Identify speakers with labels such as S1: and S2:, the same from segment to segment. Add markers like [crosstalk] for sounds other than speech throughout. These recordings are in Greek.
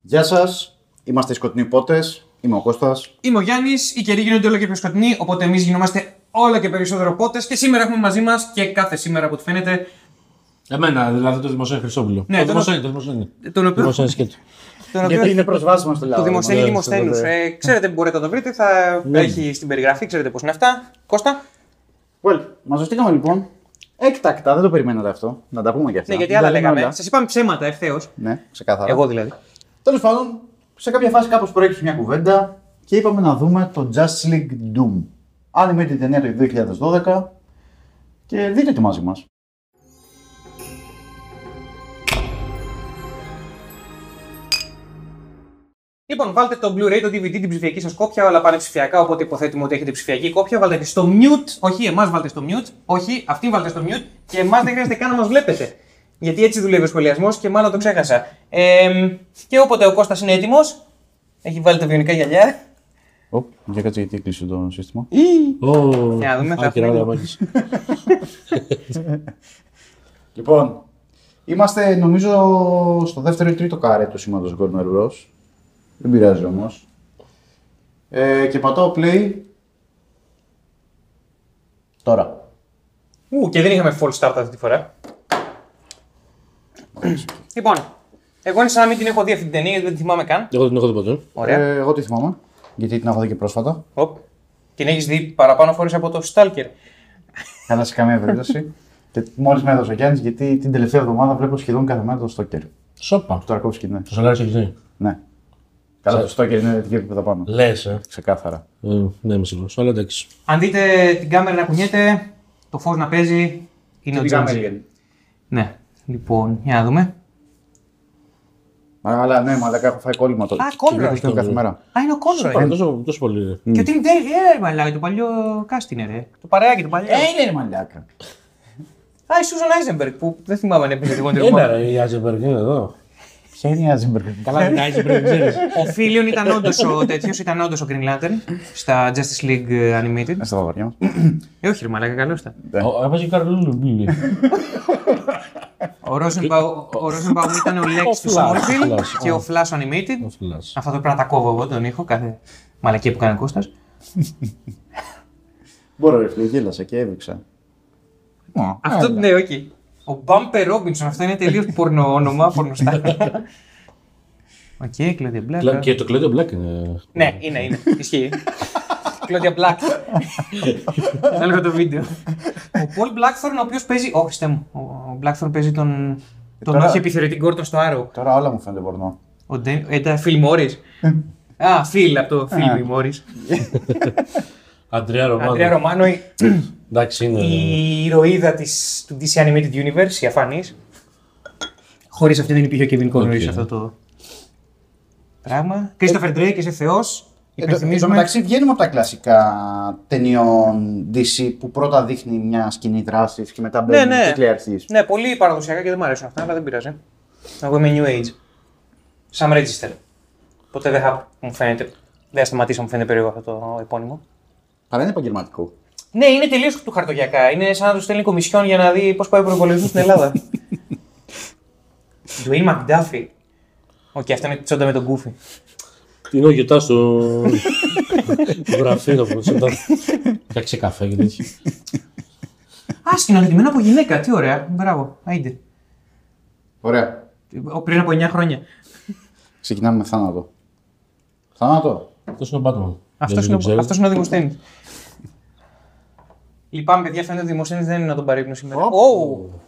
S1: Γεια σας, είμαστε οι Σκοτεινοί Πότες. Είμαι ο Κώστας.
S2: Είμαι ο Γιάννης, οι καιροί γίνονται όλο και πιο σκοτεινοί, οπότε εμείς γινόμαστε όλο και περισσότερο πότες. Και σήμερα έχουμε μαζί μας και κάθε σήμερα που φαίνεται.
S3: Εμένα, δηλαδή το Δημοσένη Χρυσόπουλο.
S2: Ναι, Ε,
S3: το
S2: το-
S3: Δημοσένη, το Δημοσένη.
S2: Τον
S3: Το
S2: οποίο.
S3: Δημοσένη σκέτο.
S2: Τον οποίο
S1: Γιατί είναι προσβάσιμο στο λαό.
S2: το δημοσιεύει
S3: ναι,
S2: Δημοσθένου.
S3: στο
S2: Ε, ξέρετε που μπορείτε να το βρείτε, θα
S1: Ναι.
S2: έχει στην περιγραφή, ξέρετε πώς είναι αυτά. Κώστα. ναι,
S1: Well, μαζευτήκαμε λοιπόν. Έκτακτα, δεν το περιμένατε αυτό. Να τα πούμε κι αυτά.
S2: Ναι, γιατί άλλα
S1: Τα λέμε όλα.
S2: λέγαμε. Σας είπαμε ψέματα ευθέως.
S1: Ναι, ξεκάθαρα.
S2: Εγώ δηλαδή.
S1: Τέλος πάντων, σε κάποια φάση κάπως προέκυψε μια κουβέντα και είπαμε να δούμε το Just League Doom. Animated ταινία του 2012 και δείτε το μαζί μας.
S2: Λοιπόν, βάλτε το Blu-ray, το DVD, την ψηφιακή σας κόπια. Όλα πάνε ψηφιακά, οπότε υποθέτουμε ότι έχετε ψηφιακή κόπια. Βάλτε τη στο mute. Όχι, εμάς βάλτε στο mute. Όχι, αυτή βάλτε στο mute. Και εμάς δεν χρειάζεται καν να μας βλέπετε. Γιατί έτσι δουλεύει ο σχολιασμός και μάλλον το ξέχασα. Ε, και όποτε ο Κώστας είναι έτοιμος, έχει βάλει τα βιονικά γυαλιά.
S1: Ω, για κάτσε γιατί κλείσε το σύστημα.
S3: Ω,
S2: Για να δούμε, θα
S3: άκυρα
S2: έχουμε-
S3: όλα μόλις.
S1: Λοιπόν, είμαστε νομίζω στο δεύτερο ή τρίτο καρέ του σήματος Warner Bros. Δεν πειράζει όμως. Ε, και πατάω play. Τώρα.
S2: Ου, και δεν είχαμε full start αυτή τη φορά. λοιπόν, εγώ είναι σαν να μην την έχω δει αυτή την ταινία γιατί δεν τη θυμάμαι καν.
S3: Εγώ δεν την έχω δει ποτέ.
S2: Ωραία.
S1: Ε, εγώ τη θυμάμαι, γιατί την έχω δει και πρόσφατα.
S2: Οπ. Την έχεις δει παραπάνω φορές από το Stalker.
S1: Καλά σε καμία [laughs] περίπτωση. και μόλις με έδωσε ο Γιάννης, γιατί την τελευταία εβδομάδα βλέπω σχεδόν κάθε μέρα το Stalker.
S3: Σόπα.
S1: Το Αρκόφσκι, ναι.
S3: Το σολάρι έχει δει.
S1: Ναι. Καλά, το Stalker είναι εκεί που τα πάνω.
S3: Λες, ε.
S1: Ξεκάθαρα.
S3: Ε, Ναι, είμαι σίγουρος. Αλλά εντάξει.
S2: Αν δείτε την κάμερα να κουνιέται, το φως να παίζει, είναι ο Τζάντζι. Ναι. Λοιπόν, για να δούμε.
S1: Αλλά ναι, μαλακά έχω φάει κόλλημα τώρα.
S2: Α, Conroy.
S1: Το κάθε μέρα.
S2: Α, είναι ο Κόνροϊ.
S3: Πάρα τόσο, τόσο πολύ. ρε.
S2: Και ο Τιμ Ντέιλι, ε, ρε, μαλάκα, το παλιό cast είναι, ρε. Το παρεάκι, το παλιό.
S1: Ε, είναι μαλάκα.
S2: Α, η Σούζαν Άιζενμπεργκ που δεν θυμάμαι αν έπαιζε εγώ
S3: Έλα,
S2: τελικά.
S3: ρε, η Άζεμπεργκ είναι εδώ. Ναι.
S1: Ποια είναι η Άζιμπεργκ.
S3: Καλά, την Άζεμπεργκ ξέρεις.
S2: Ο Φίλιον ήταν όντως ο τέτοιος, ήταν όντως ο Green Lantern στα Justice League ε, Animated.
S1: Στα βαβαριά μας.
S2: Ε, όχι, ρε, μαλάκα, καλώ ήταν.
S3: Έπαιζε καρλούλου μπλίλι.
S2: Ο Rosenbaum- ο Rosenbaum ήταν ο Lex του
S3: Flash.
S2: Smallville
S3: Flash,
S2: και ο Flash Animated. Αυτό το πρέπει να τα κόβω εγώ τον ήχο, κάθε μαλακία που κάνει ο Κώστας.
S1: Μπορώ, ρε φίλε, γέλασα και έβηξα.
S2: Αυτό
S1: Ε,
S2: ναι, οκ. Ο Bumper Robinson, αυτό είναι τελείως πορνο όνομα, πορνοστά. [laughs] Οκ, Claudia Black.
S3: Και το Κλέντιο Μπλακ είναι.
S2: Ναι, είναι, είναι. Ισχύει. Claudia Black. Έλεγα το βίντεο. Ο Paul Blackthorne, ο οποίος παίζει. Ω, Χριστέ μου. Ο Blackthorne παίζει τον. Τον
S1: τώρα-
S2: όχι επιθεωρητή Gordon στο Arrow.
S1: Τώρα όλα μου φαίνονται πορνό.
S2: Ο Ντε- ε, Ήταν Phil Morris. Α, Phil από το Phil Morris.
S3: Αντρέα
S2: Αντρέα
S3: Ρωμάνο.
S2: Ρωμάνο, η-
S3: Εντάξει, είναι.
S2: η ηρωίδα της, του DC Animated Universe, η αφανής. Χωρίς αυτή δεν υπήρχε ο Kevin Conroy
S3: Οκ.
S2: σε αυτό το Ε, πράγμα. Christopher Drake, είσαι θεός.
S1: Εν τω
S2: Υπενθυμίζουμε.
S1: μεταξύ, βγαίνουμε από τα κλασικά ταινιών DC που πρώτα δείχνει μια σκηνή δράσης και μετά μπαίνει
S2: ναι.
S1: ναι, ναι. αρχή.
S2: Ναι, πολύ παραδοσιακά και δεν μου αρέσουν αυτά, αλλά δεν πειράζει. Εγώ είμαι New Age. Sam Register. Ποτέ δεν θα μου φαίνεται. Δεν θα σταματήσω, μου φαίνεται περίεργο αυτό το επώνυμο.
S1: Αλλά είναι επαγγελματικό.
S2: Ναι, είναι τελείως του χαρτογιακά. Είναι σαν να τους στέλνει κομισιόν για να δει πώς πάει ο προπολογισμός στην [laughs] Ελλάδα. Dwayne McDuffie. Οκ, okay, αυτό είναι τσόντα με τον Goofy.
S3: Είναι ο γετά στο [laughs] γραφείο που σου Κάξε καφέ και τέτοια.
S2: Α, σκηνοθετημένο από γυναίκα, τι ωραία. Μπράβο, άιντε.
S1: Ωραία.
S2: Ο- Πριν από 9 χρόνια.
S1: Ξεκινάμε με θάνατο. Θάνατο.
S3: Αυτός είναι ο Μπάτμαν.
S2: Αυτό είναι, ο- αυτός είναι ο Δημοσθένης. Λυπάμαι, παιδιά, φαίνεται ότι ο Δημοσθένης δεν είναι να τον παρύπνω σήμερα.
S1: Ω.
S2: Oh.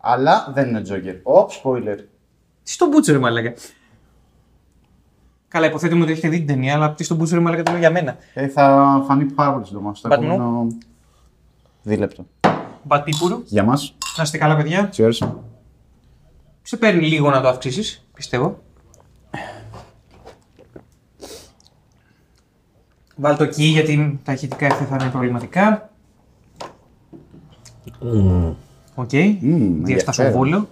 S1: Αλλά δεν είναι Τζόκερ. Οπ, spoiler.
S2: Τι στον Μπούτσερ, μαλάκα. Καλά, υποθέτουμε ότι έχετε δει την ταινία, αλλά τι στον Μπούτσερ, μαλάκα, το λέω για μένα.
S1: Ε, θα φανεί πάρα πολύ σύντομα στο
S2: Batman.
S1: επόμενο δίλεπτο.
S2: Μπατπούρου,
S1: Για μας.
S2: να είστε καλά, παιδιά.
S1: Cheers.
S2: Σε παίρνει λίγο να το αυξήσεις, πιστεύω. Βάλ το εκεί γιατί τα ηχητικά ευθεία θα είναι προβληματικά. Οκ. Mm, Διαστασοβόλο.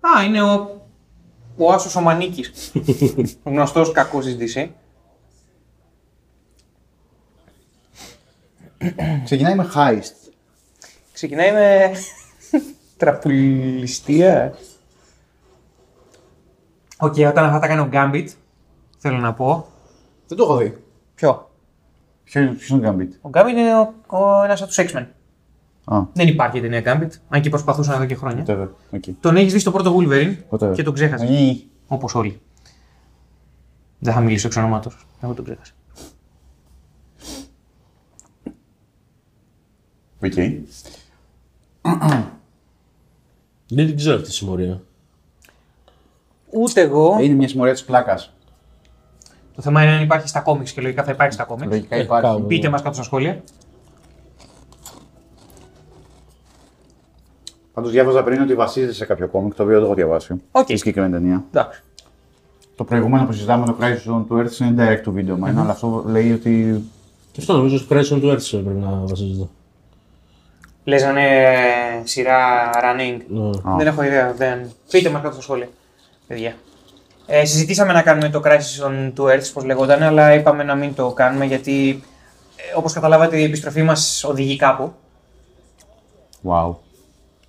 S2: Α, είναι ο, ο Άσος ο Μανίκης. ο γνωστός κακός της DC.
S1: Ξεκινάει με heist.
S2: Ξεκινάει [laughs] με τραπουλιστία. Οκ, όταν αυτά τα κάνει ο Gambit, θέλω να πω.
S1: Δεν το έχω δει.
S2: Ποιο.
S1: Ποιο είναι ποιος είναι ο Gambit.
S2: Ο Gambit είναι ο, ο, ένας από τους X-Men.
S1: Α,
S2: Δεν υπάρχει την νέα Gambit, αν και προσπαθούσα να δω και χρόνια.
S1: whatever. Okay.
S2: Τον έχεις δει στο πρώτο Wolverine
S1: Whatever. Ε,
S2: και τον ξέχασες.
S1: Ή,
S2: Όπως όλοι. Δεν θα μιλήσω εξ ονόματος. Εγώ τον ξέχασα.
S1: Οκ.
S3: Δεν την ξέρω αυτή τη συμμορία.
S2: Ούτε εγώ.
S1: Είναι μια συμμορία της πλάκας.
S2: Το θέμα είναι αν υπάρχει στα κόμιξ και λογικά θα υπάρχει στα κόμιξ.
S1: Λογικά
S3: Ε,
S1: υπάρχει.
S3: κάπου.
S2: Πείτε μας κάτω στα σχόλια.
S1: Πάντως διάβαζα πριν ότι βασίζεται σε κάποιο κόμικ, το οποίο δεν το έχω διαβάσει.
S2: Οκ.
S1: Τη συγκεκριμένη ταινία.
S2: Εντάξει.
S1: Το προηγούμενο που συζητάμε, το Crisis on του Earth, είναι direct to video, μάλλον, αλλά αυτό λέει ότι.
S3: Και αυτό νομίζω στο Crash on του Earth πρέπει να βασίζεται.
S2: Λέζανε σειρά running.
S3: Ναι.
S2: Δεν έχω ιδέα. Δεν... Πείτε μας κάτω στα σχόλια. Παιδιά. Ε, συζητήσαμε να κάνουμε το Crisis on Two Earths, όπω λεγόταν, αλλά είπαμε να μην το κάνουμε γιατί, όπως καταλάβατε, η επιστροφή μας οδηγεί κάπου.
S1: Wow.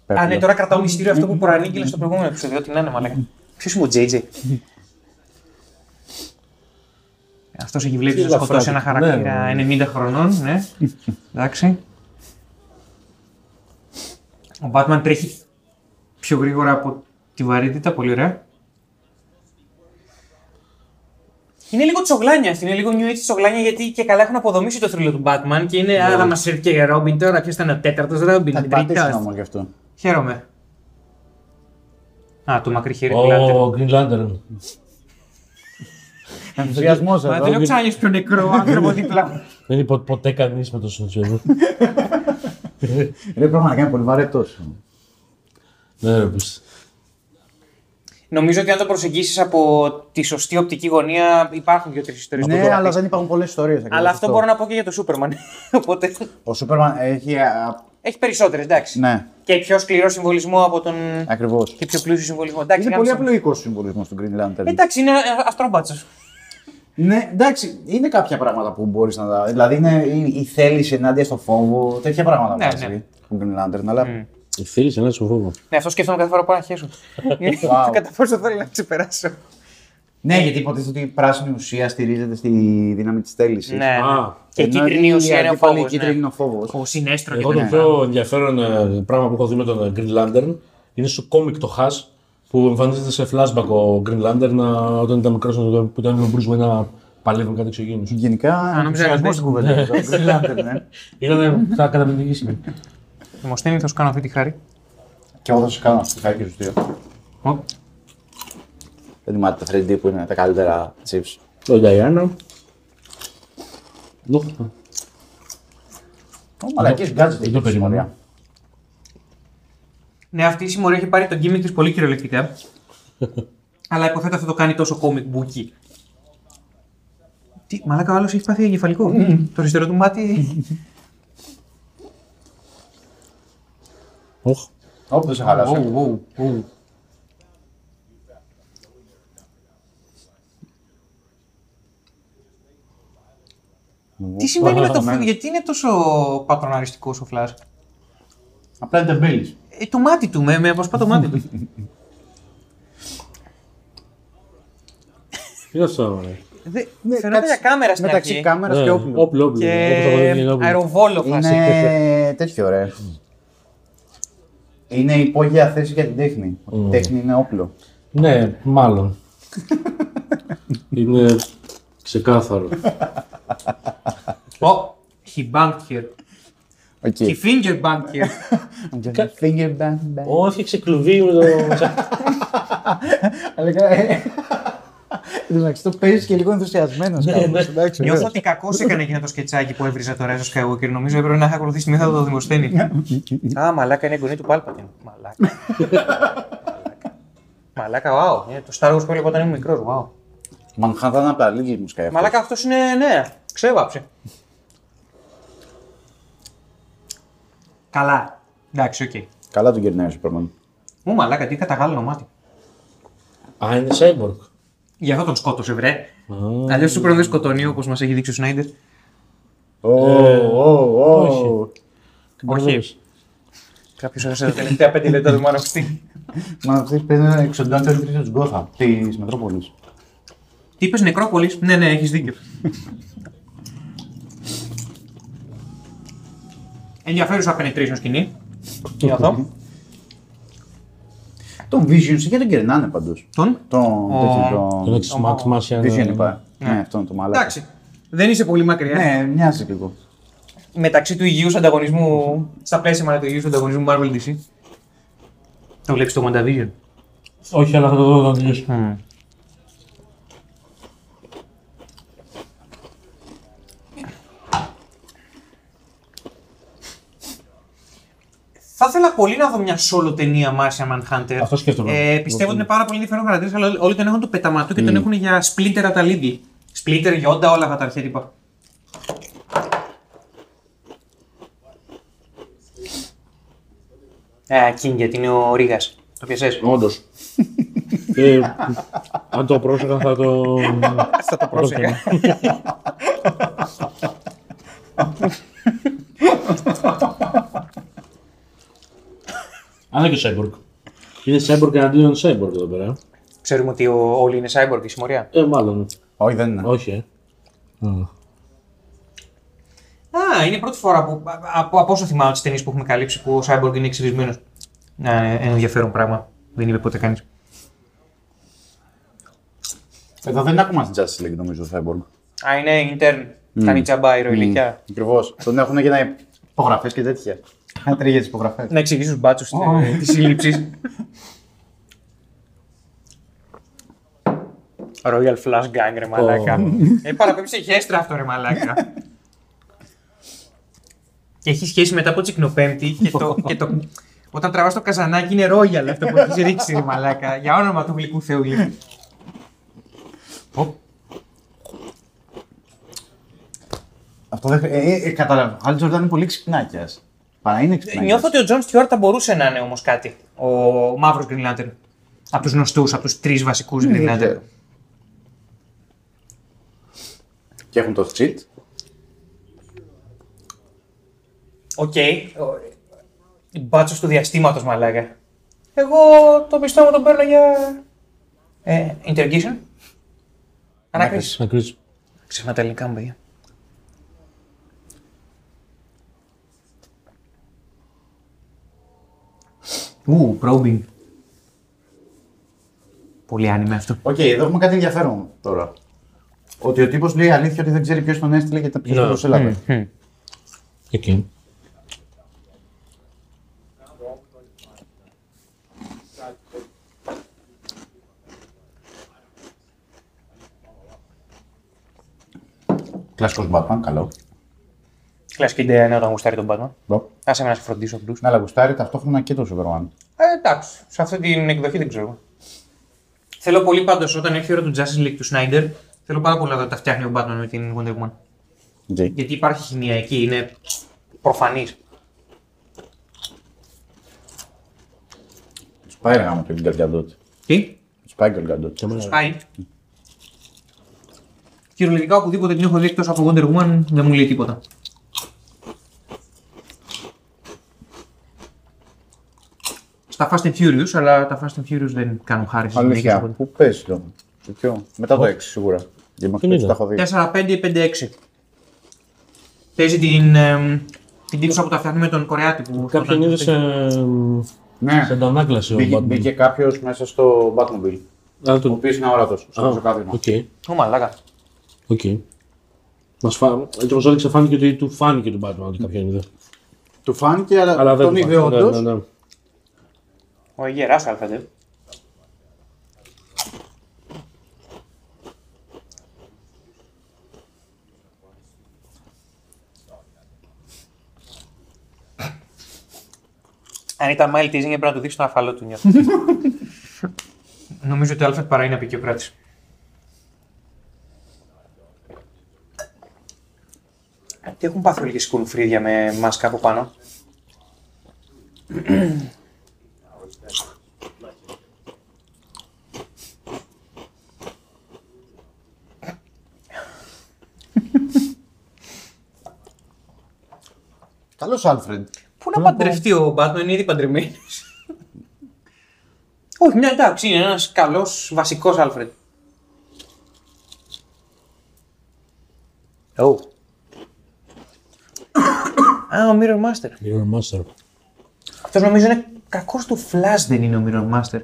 S2: Α, ναι, τώρα κρατάω μυστήριο αυτό που προανήγγειλα στο προηγούμενο επεισόδιο. Ότι να είναι, μαλάκα. Ποιος είναι ο JJ. Αυτός έχει βλέπει
S3: Τι
S2: να σκοτώσει ένα
S3: ελαφράκι. Ναι,
S2: χαρακτήρα 90 χρονών, ναι. Εντάξει. Ο Batman τρέχει πιο γρήγορα από τη βαρύτητα, πολύ ωραία. Είναι λίγο τσογλάνια αυτή, είναι λίγο new age τσογλάνια γιατί και καλά έχουν αποδομήσει το θρύλο του Batman και
S3: Ναι.
S2: είναι άρα μας έρθει και Ρόμπιν τώρα. Ποιος ήταν ο τέταρτος Ρόμπιν,
S1: Θα την
S2: τρίτος».
S1: πατήσουν όμω γι' αυτό.
S2: Χαίρομαι. Α, το μακρύ χέρι
S3: Ο
S2: του Λάντερ.
S3: Green Lantern.
S1: Ενθουσιασμό
S2: Μα δεν
S1: εδώ.
S2: έχω ξαναγεί πιο νεκρό άνθρωπο δίπλα μου.
S3: Δεν είναι πο- ποτέ κανείς με το συνεργείο.
S1: Ρε πραγματικά είναι πολύ βαρετός.
S3: [laughs] Ναι, ρε, πούστη.
S2: [laughs] Νομίζω ότι αν το προσεγγίσεις από τη σωστή οπτική γωνία, υπάρχουν δύο-τρει ιστορίες που
S1: Ναι,
S2: το
S1: αλλά
S2: αλλά,
S1: δεν υπάρχουν πολλές ιστορίες.
S2: αλλά αυτό μπορώ να πω και για το Σούπερμαν. [laughs] Οπότε
S1: Ο Σούπερμαν έχει. α,
S2: έχει περισσότερες, εντάξει.
S1: Ναι,
S2: Και πιο σκληρό συμβολισμό από τον.
S1: ακριβώς.
S2: και πιο πλούσιο συμβολισμό. Εντάξει,
S1: Είναι πολύ
S2: γάμισε.
S1: απλοϊκός ο συμβολισμός του Green Lantern.
S2: Εντάξει, είναι αστρόμπατσος.
S1: Ναι, εντάξει, είναι κάποια πράγματα που μπορείς να τα. Δηλαδή είναι η, η θέληση ενάντια στο φόβο, τέτοια πράγματα ε,
S2: Ναι,
S1: βάζει
S2: ναι.
S1: ο Green Lantern. Αλλά
S3: Θέλει ένα σου φόβο.
S2: Ναι, αυτό σκέφτομαι κάθε φορά που πάω να χέσω. [laughs] Κατά πόσο θέλει να ξεπεράσω.
S1: Ναι, γιατί υποτίθεται ότι η πράσινη ουσία στηρίζεται στη δύναμη της θέλησης.
S2: Ναι.
S3: Α,
S2: Και η κίτρινη ουσία είναι ο ναι. φόβος.
S1: κίτρινη είναι ο φόβος.
S2: Ο συνέστρο και
S3: Εγώ το πιο ενδιαφέρον ε, πράγμα που έχω δει με τον Green Lantern είναι στο κόμικ το Hash που εμφανίζεται σε flashback ο Green Lantern να- όταν ήταν μικρός που ήταν με τον Bruce Wayne να παλεύουν κάτι εξωγήινους.
S1: Γενικά,
S2: νόμιζα να
S1: ενθουσιασμό
S2: λες.
S1: στην κουβέντα. Το Green Lantern, ναι.
S3: Ήταν τα καταπληκτική στιγμή.
S2: Δημοσθένη, θα σου κάνω αυτή τη χάρη.
S1: Και εγώ θα σα κάνω στο χάκι τους δύο.
S2: Ω.
S1: Δεν θυμάται τα 3D που είναι τα καλύτερα chips.
S3: Το Diana. Νόχτα.
S1: Ο μαλακή γκάτζετ
S3: Δεν Ναι. το περίμενα.
S2: Ναι, αυτή η συμμορία έχει πάρει τον gimmick της πολύ κυριολεκτικά. αλλά υποθέτω αυτό το κάνει τόσο comic booky. Τι, μαλάκα ο άλλος έχει πάθει εγκεφαλικό. το αριστερό του μάτι.
S3: Οχ.
S1: Όπου δεν σε χαλάσω.
S2: Ωου, ωου, ωου. Τι συμβαίνει με το φλάζ, γιατί είναι τόσο πατροναριστικός ο φλάζ.
S1: Απλά είναι τεμπέλη.
S2: Ε, το μάτι του, με, με αποσπά το μάτι του.
S3: Τι είναι αυτό, ρε.
S2: Δε, φαινόταν για κάμερα στην
S1: Ναι, Μεταξύ
S2: αρχή
S1: κάμερας και
S3: Ναι,
S1: όπλου.
S3: Όπλο, όπλο.
S2: και
S3: Όπως το έχω δεις, είναι όπλο.
S2: αεροβόλο φάση.
S1: Είναι τέτοιο ρε. Είναι υπόγεια θέση για την τέχνη. Ότι Η τέχνη είναι όπλο.
S3: Ναι, μάλλον. [laughs] είναι ξεκάθαρο.
S2: Ω, he banked here.
S1: Οκ.
S2: He finger banked here.
S1: Finger bang bang.
S3: Ω, έφτιαξε κλουβί με το.
S1: Αλλά καλά, ε. Εν τω μεταξύ το παίζεις και λίγο ενθουσιασμένος κάπως. εντάξει,
S2: Νιώθω
S1: ωραίος.
S2: ότι κακός έκανε εκείνο το σκετσάκι που έβριζε το Ρέζος Skywalker. Νομίζω έπρεπε να είχα ακολουθήσει τη μέθοδο του Δημοσθένη. Α, μαλάκα είναι εγγονή του Πάλπατιν. Μαλάκα. [laughs] Μαλάκα. Μαλάκα, wow. Είναι το Star Wars που έλεγα όταν ήμουν μικρός. Wow. Ε,
S1: Μανχάταν από τα λίγη μου σκέφτε.
S2: Μαλάκα αυτός είναι ναι, ξέβαψε. Καλά. Εντάξει, οκ.
S1: Καλά τον κερνάει ο Σούπερμαν.
S2: Μου μαλάκα, τι καταγάλωνο μάτι.
S3: Α, είναι cyborg.
S2: Γι' αυτό τον σκότωσε, βρε. Αλλιώ του πρέπει να σκοτώνει όπως μας έχει δείξει ο Σνάιντερ.
S1: Ω, ω, ω.
S3: Όχι.
S2: Κάποιο έχασε τα τελευταία πέντε λεπτά του Μάνοφτη.
S1: Μα αυτή παίζει ένα εξοντάντα τρίτο τη Γκόθα της Μετρόπολης.
S2: Τι είπες Νεκρόπολης. Ναι, ναι, έχεις δίκιο. Ενδιαφέρουσα penetration σκηνή. Νιώθω.
S1: Τον Visions για τον κερνάνε πάντω.
S2: Τον.
S1: Τον.
S2: Ο-
S1: τέτοιο, τον-
S3: Τον έχεις Max Martian.
S1: Vision είπα. Ναι, αυτόν τον μαλάκα.
S2: Εντάξει. Δεν είσαι πολύ μακριά.
S1: Ναι, μοιάζει λίγο.
S2: Μεταξύ του υγιούς ανταγωνισμού. Στα πλαίσια μάλλον του υγιούς ανταγωνισμού Marvel DC. Το βλέπεις το WandaVision.
S3: Όχι, αλλά θα το δω όταν τελειώσει.
S2: Θα ήθελα πολύ να δω μια solo ταινία Martian Manhunter.
S3: Αυτό σκέφτομαι.
S2: Ε, πιστεύω ότι είναι πάρα πολύ ενδιαφέρον χαρακτήρας, αλλά όλοι τον έχουν το πεταματού και τον έχουν για splinter από τα Lidl. Splinter, Yonda, όλα αυτά τα αρχέτυπα. Α, Ε, King, γιατί είναι ο Ρίγας. Το πιασέ.
S3: Όντως. [laughs] ε, αν το πρόσεχα θα το.
S2: Θα το πρόσεχα.
S3: Αλλά και ο Σέμπορκ. Είναι Σέμπορκ εναντίον Σέμπορκ εδώ πέρα.
S2: Ξέρουμε ότι ο, όλοι είναι cyborg, η συμμορία.
S3: Ε, μάλλον.
S1: Όχι, δεν είναι.
S3: Όχι, ε.
S2: Α, είναι η πρώτη φορά που, από, από όσο θυμάμαι τις ταινίες που έχουμε καλύψει που ο cyborg είναι εξυρισμένο. Ναι, ένα ενδιαφέρον πράγμα. Δεν είπε ποτέ κανείς.
S1: Εδώ Ε, δεν είναι ακόμα στην Justice League νομίζω το Cyborg.
S2: Α, είναι intern. Κάνει τζαμπά η ροηλικιά.
S1: Ακριβώς. Τον έχουν και να υπογραφές και τέτοια. Κάνει τρίγε υπογραφές.
S2: Να εξηγήσει του μπάτσου της σύλληψης. Royal Flash Gang, ρε μαλάκα. ε, παραπέμψε σε χέστρα αυτό, ρε μαλάκα. έχει σχέση μετά από τσικνοπέμπτη και το. Και το όταν τραβάς το καζανάκι είναι Royal αυτό που έχεις ρίξει, ρε μαλάκα. Για όνομα του γλυκού Θεού. γλυκού.
S1: Αυτό δεν. Ε, ε, ε, κατάλαβα. Ο Χάλ Τζορντάν είναι πολύ ξυπνάκιας. Παρά είναι ξυπνάκια.
S2: Ε, Νιώθω ότι ο Τζον Στιουάρτ θα μπορούσε να είναι όμως κάτι. Ο μαύρος Green Lantern. Από τους γνωστούς, από τους τρεις βασικούς Green
S1: δεν
S2: Lantern.
S1: ξέρω. Και έχουν το cheat.
S2: Οκ. Μπάτσος του διαστήματος, μαλάκα. Εγώ το πιστό μου τον παίρνω για. Ε, interrogation. Ανάκριση.
S3: Να κρίσεις.
S2: Ξεχνά τα ελληνικά μου, παιδιά. Ου, probing. Πολύ άνιμε αυτό.
S1: Οκ, εδώ έχουμε κάτι ενδιαφέρον τώρα. Ότι ο τύπος λέει αλήθεια ότι δεν ξέρει ποιος τον έστειλε και ποιος
S3: Ναι.
S1: τον προσέλαβε.
S3: Εκεί.
S1: Κλασικό Batman, καλό.
S2: Κλασική ιδέα είναι όταν γουστάρει τον Batman.
S1: Μπρο.
S2: Άσε με να σε φροντίσω, Bruce.
S1: Ναι, αλλά γουστάρει ταυτόχρονα και το Superman.
S2: Ε, εντάξει, σε αυτή την εκδοχή δεν ξέρω. Θέλω πολύ πάντως όταν έρθει η ώρα του Justice League του Σνάιντερ, θέλω πάρα πολύ να δω τα φτιάχνει ο Batman με την Wonder Woman.
S1: Okay.
S2: Γιατί υπάρχει χημία εκεί, είναι προφανής.
S1: Του πάει ρε γάμο το Γκαλ Γκαντότ.
S2: Τι,
S1: Του πάει Γκαλ Γκαντότ.
S2: πάει. Κυριολεκτικά οπουδήποτε την έχω δει εκτός από Wonder Woman δεν μου λέει τίποτα. Στα Fast and Furious, αλλά τα Fast and Furious δεν κάνουν χάρη στις γυναίκες,
S1: Αλήθεια,
S2: οπότε.
S1: πού παίζεις το. το ποιο? Μετά το 6 σίγουρα. Γιατί μέχρι το 6
S3: Την είδα.
S1: τα έχω
S2: Ναι.
S1: δει.
S2: 4-5-5-6. Παίζει την, εμ, την τύψη που τα φτιάχνει με τον Κορεάτη.
S3: Κάποιον είδε σε,
S1: Ναι.
S3: σε αντανάκλαση ο
S1: Μπήκε,
S3: Batman.
S1: μπήκε κάποιος μέσα στο Batmobile.
S3: Α,
S1: Ο
S3: το-
S1: οποίος είναι αόρατος. Στο
S3: Α,
S1: πεζοκάθισμα.
S3: Οκ,
S2: Ω μαλάκα.
S3: οκ. Μας φά... Έτσι όπως έδειξε φάνηκε ότι του φάνηκε του Batman ότι κάποιον είδε.
S1: Του φάνηκε, αλλά,
S3: Αλλά δεν
S1: τον
S3: του
S1: είδε
S3: φάνηκε.
S1: όντως.
S3: Ναι, ναι, ναι.
S2: Ο γεράς αλφατε. Αν ήταν mild teasing έπρεπε να του δείξει τον αφαλό του νιώθω. Νομίζω ότι ο Άλφρεντ παρά είναι απεικιοκράτης. Τι έχουν πάθει όλοι και σηκώνουν φρύδια με μάσκα από πάνω.
S1: Καλός Άλφρεντ.
S2: Πού Αφού να παντρευτεί ο Batman, είναι ήδη παντρεμένος. Όχι, μια εντάξει, είναι ένας καλός βασικός Alfred. Oh. Α, ο Mirror Master.
S3: Mirror Master.
S2: Αυτός νομίζω είναι κακός του Flash, δεν είναι ο Mirror Master.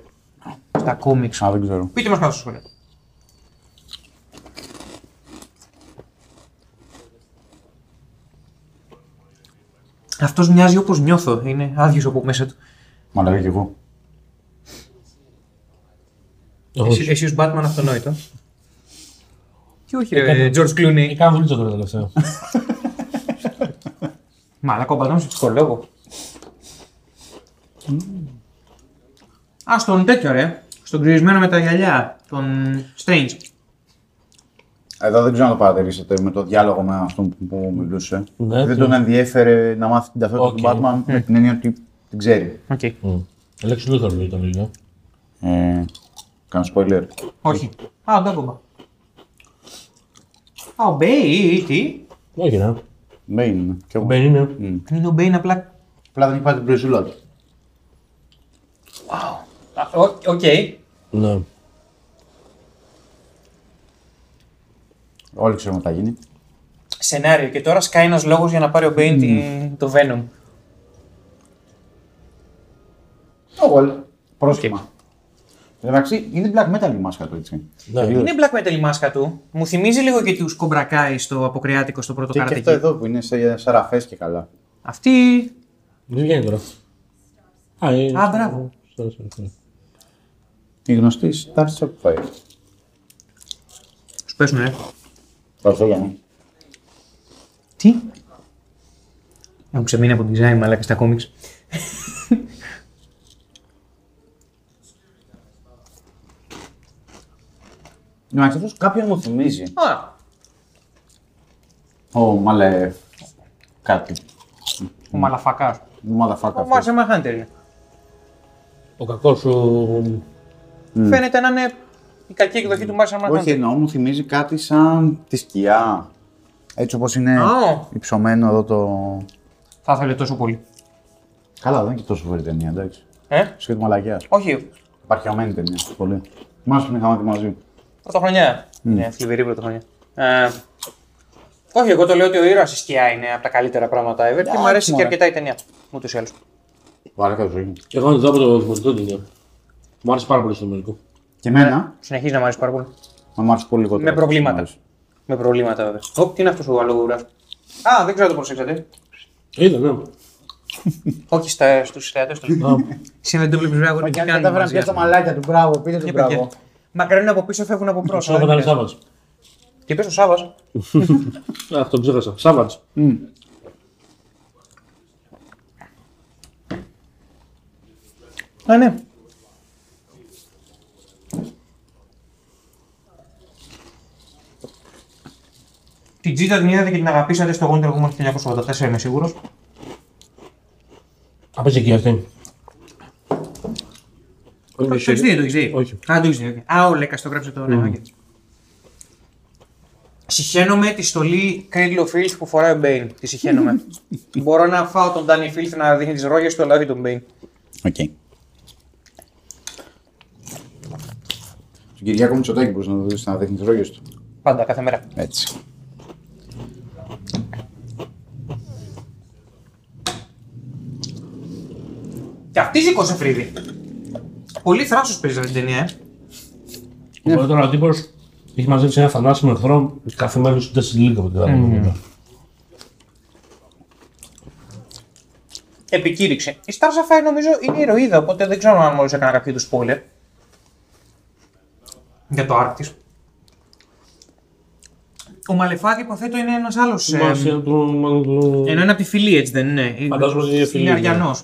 S2: Στα κόμιξ.
S1: Α, δεν ξέρω.
S2: Πείτε μας κάτω στο σχολείο. Αυτός μοιάζει όπως νιώθω. Είναι άδειος από μέσα του.
S1: Μα λέγα κι εγώ.
S2: Εσύ,
S3: Όχι.
S2: εσύ ως Batman αυτονόητο. Τι όχι, ρε,
S3: Έκανε-
S2: George Clooney.
S3: Έκανα δουλίτσα τώρα τελευταία.
S2: Μαλάκα, ο Batman σε ψυχολόγο. Α, στον τέτοιο, ρε. Στον κρυρισμένο με τα γυαλιά. Τον Strange.
S1: Εδώ δεν ξέρω αν το παρατηρήσατε με το διάλογο με αυτόν που μιλούσε.
S3: Ναι,
S1: δεν
S3: τι-
S1: τον ενδιέφερε να μάθει την ταυτότητα του
S3: Οκ.
S1: Batman με την έννοια ότι την ξέρει.
S2: Okay.
S3: Λέξη Λούθαρ ήταν λίγο.
S1: Ε, κάνω spoiler.
S2: Όχι. Α, δεν ακόμα. Α, ο Bane ή τι.
S3: Όχι, ναι.
S1: Ναι, είναι. Και εγώ.
S3: Μπαίνει, είναι.
S2: Είναι ο Bane απλά.
S1: Απλά δεν υπάρχει την πρεζούλα του.
S2: Α, Οκ. οκ.
S3: Ναι.
S1: Όλοι ξέρουμε τι θα γίνει.
S2: Σενάριο και τώρα σκάει ένας λόγος για να πάρει ο Bane την- το Venom.
S1: Εγώ. Πρόσχημα. Εντάξει, είναι black metal η μάσκα του, έτσι.
S3: Ναι,
S1: Τελείως.
S2: Είναι black metal η μάσκα του. Μου θυμίζει λίγο και τους κομπρακάι στο αποκριάτικο στο πρώτο
S1: Και, και αυτό
S2: καρατεκί.
S1: εδώ που είναι σε, σε ραφές και καλά.
S2: Αυτή.
S3: Δεν βγαίνει τώρα. Α, είναι.
S2: Α, μπράβο.
S3: Sorry, sorry, sorry.
S1: Η γνωστή Star Shopify.
S2: Σου πέσουνε. ε. ρε.
S1: Αυτό για μένα.
S2: Τι. Έχουν ξεμείνει από το design, αλλά και στα κόμιξ.
S1: Εντάξει, Ναι, αυτός κάποιον μου θυμίζει.
S2: Α,
S1: Ω, μαλε. Κάτι.
S2: ο μαλαφακάς.
S1: Μαδαφάκα.
S2: Ο Μάρσελ Μαχάντερ είναι.
S3: Ο κακός σου.
S2: Φαίνεται να είναι η κακή εκδοχή του Μάρσελ
S1: Όχι,
S2: Μαχάντερ.
S1: εννοώ μου θυμίζει κάτι σαν τη σκιά. Έτσι όπως είναι
S2: Α.
S1: υψωμένο εδώ το.
S2: Θα ήθελε τόσο πολύ.
S1: Καλά, δεν είναι και τόσο φοβερή ταινία, εντάξει.
S2: Ε?
S1: Σχέδιο μαλακιά.
S2: Όχι,
S1: Παρχιωμένη ταινία. Πολύ. Μάλιστα την είχαμε δει μαζί.
S2: Πρωτοχρονιά. Ναι, θλιβερή πρωτοχρονιά. Ε, όχι, εγώ το λέω ότι ο ήρωας η σκιά είναι από τα καλύτερα πράγματα ever και μου αρέσει και
S1: μωρέ.
S2: αρκετά η ταινία. Ούτως ή άλλως.
S1: Βαρέκα το ζωή.
S3: Και εγώ να το δω από το δημοτικό την ίδια. Μου άρεσε πάρα πολύ στο δημοτικό.
S1: Και εμένα,
S2: Συνεχίζει να μου αρέσει πάρα πολύ.
S1: να μ' άρεσε πολύ λιγότερο.
S2: Ναι. Με προβλήματα.
S1: Μ' άρεσε.
S2: Με προβλήματα βέβαια. Ωπ, τι είναι αυτός ο αλόγουρα. Α, δεν ξέρω αν το προσέξατε.
S3: Είδα, ναι.
S2: όχι στους θεατές του.
S3: Α,
S2: Εσύ δεν Ναι, το βλέπει βέβαια
S4: Ο
S2: τι
S4: Γιάννη
S2: κάνουν.
S4: κατάφερε να πιάσει τα μαλάκια του. Μπράβο, πήρε τον μπράβο.
S2: Μακραίνουν Ε, από πίσω, φεύγουν από
S3: Ξέρω κατά
S2: μπρο.
S3: Σάββατ.
S2: Και πίσω ο Σάβα.
S3: Α, τον ξέχασα. Σάββατ.
S2: Α, ναι. Την Τζίτα την είδατε και την αγαπήσατε στο Wonder Woman 1984, είμαι σίγουρος.
S3: Α, πες εκεί αυτή.
S2: Το έχεις δει, το έχεις δει.
S3: Όχι.
S2: Α, το έχεις δει, οκ. Α, ο Λέκας το γράψε το, ναι, οκ. Συχαίνομαι τη στολή Cradle of Filth που φοράει ο Μπέιν. Τη συχαίνομαι. Μπορώ να φάω τον Danny Filth να δείχνει τις ρόγες του, αλλά όχι τον Μπέιν.
S1: Οκ. Τον Κυριάκο Μητσοτάκη μπορείς να το δεις να δείχνεις τις ρόγες του. Ναι,
S2: Πάντα, κάθε μέρα.
S1: Έτσι.
S2: Και αυτή σήκωσε φρύδι. Πολύ θράσος παίζει αυτή την ταινία, ε.
S3: Οπότε τώρα ο τύπος έχει μαζέψει ένα θανάσιμο εχθρό κάθε μέρο του τέσσερι λίγα από την άλλη.
S2: επικήρυξε. Η Star Sapphire νομίζω είναι ηρωίδα, οπότε δεν ξέρω αν μόλις έκανα κάποιο είδους spoiler. Για το Άρκτη. Ο Μαλεφάκη υποθέτω είναι ένας άλλος.
S3: Μάλιστα, του- μάλλον του-
S2: ενώ είναι από τη φυλή, έτσι δεν είναι.
S3: Φαντάζομαι ότι είναι φυλή,
S2: Είναι
S3: ναι.
S2: Αριανός.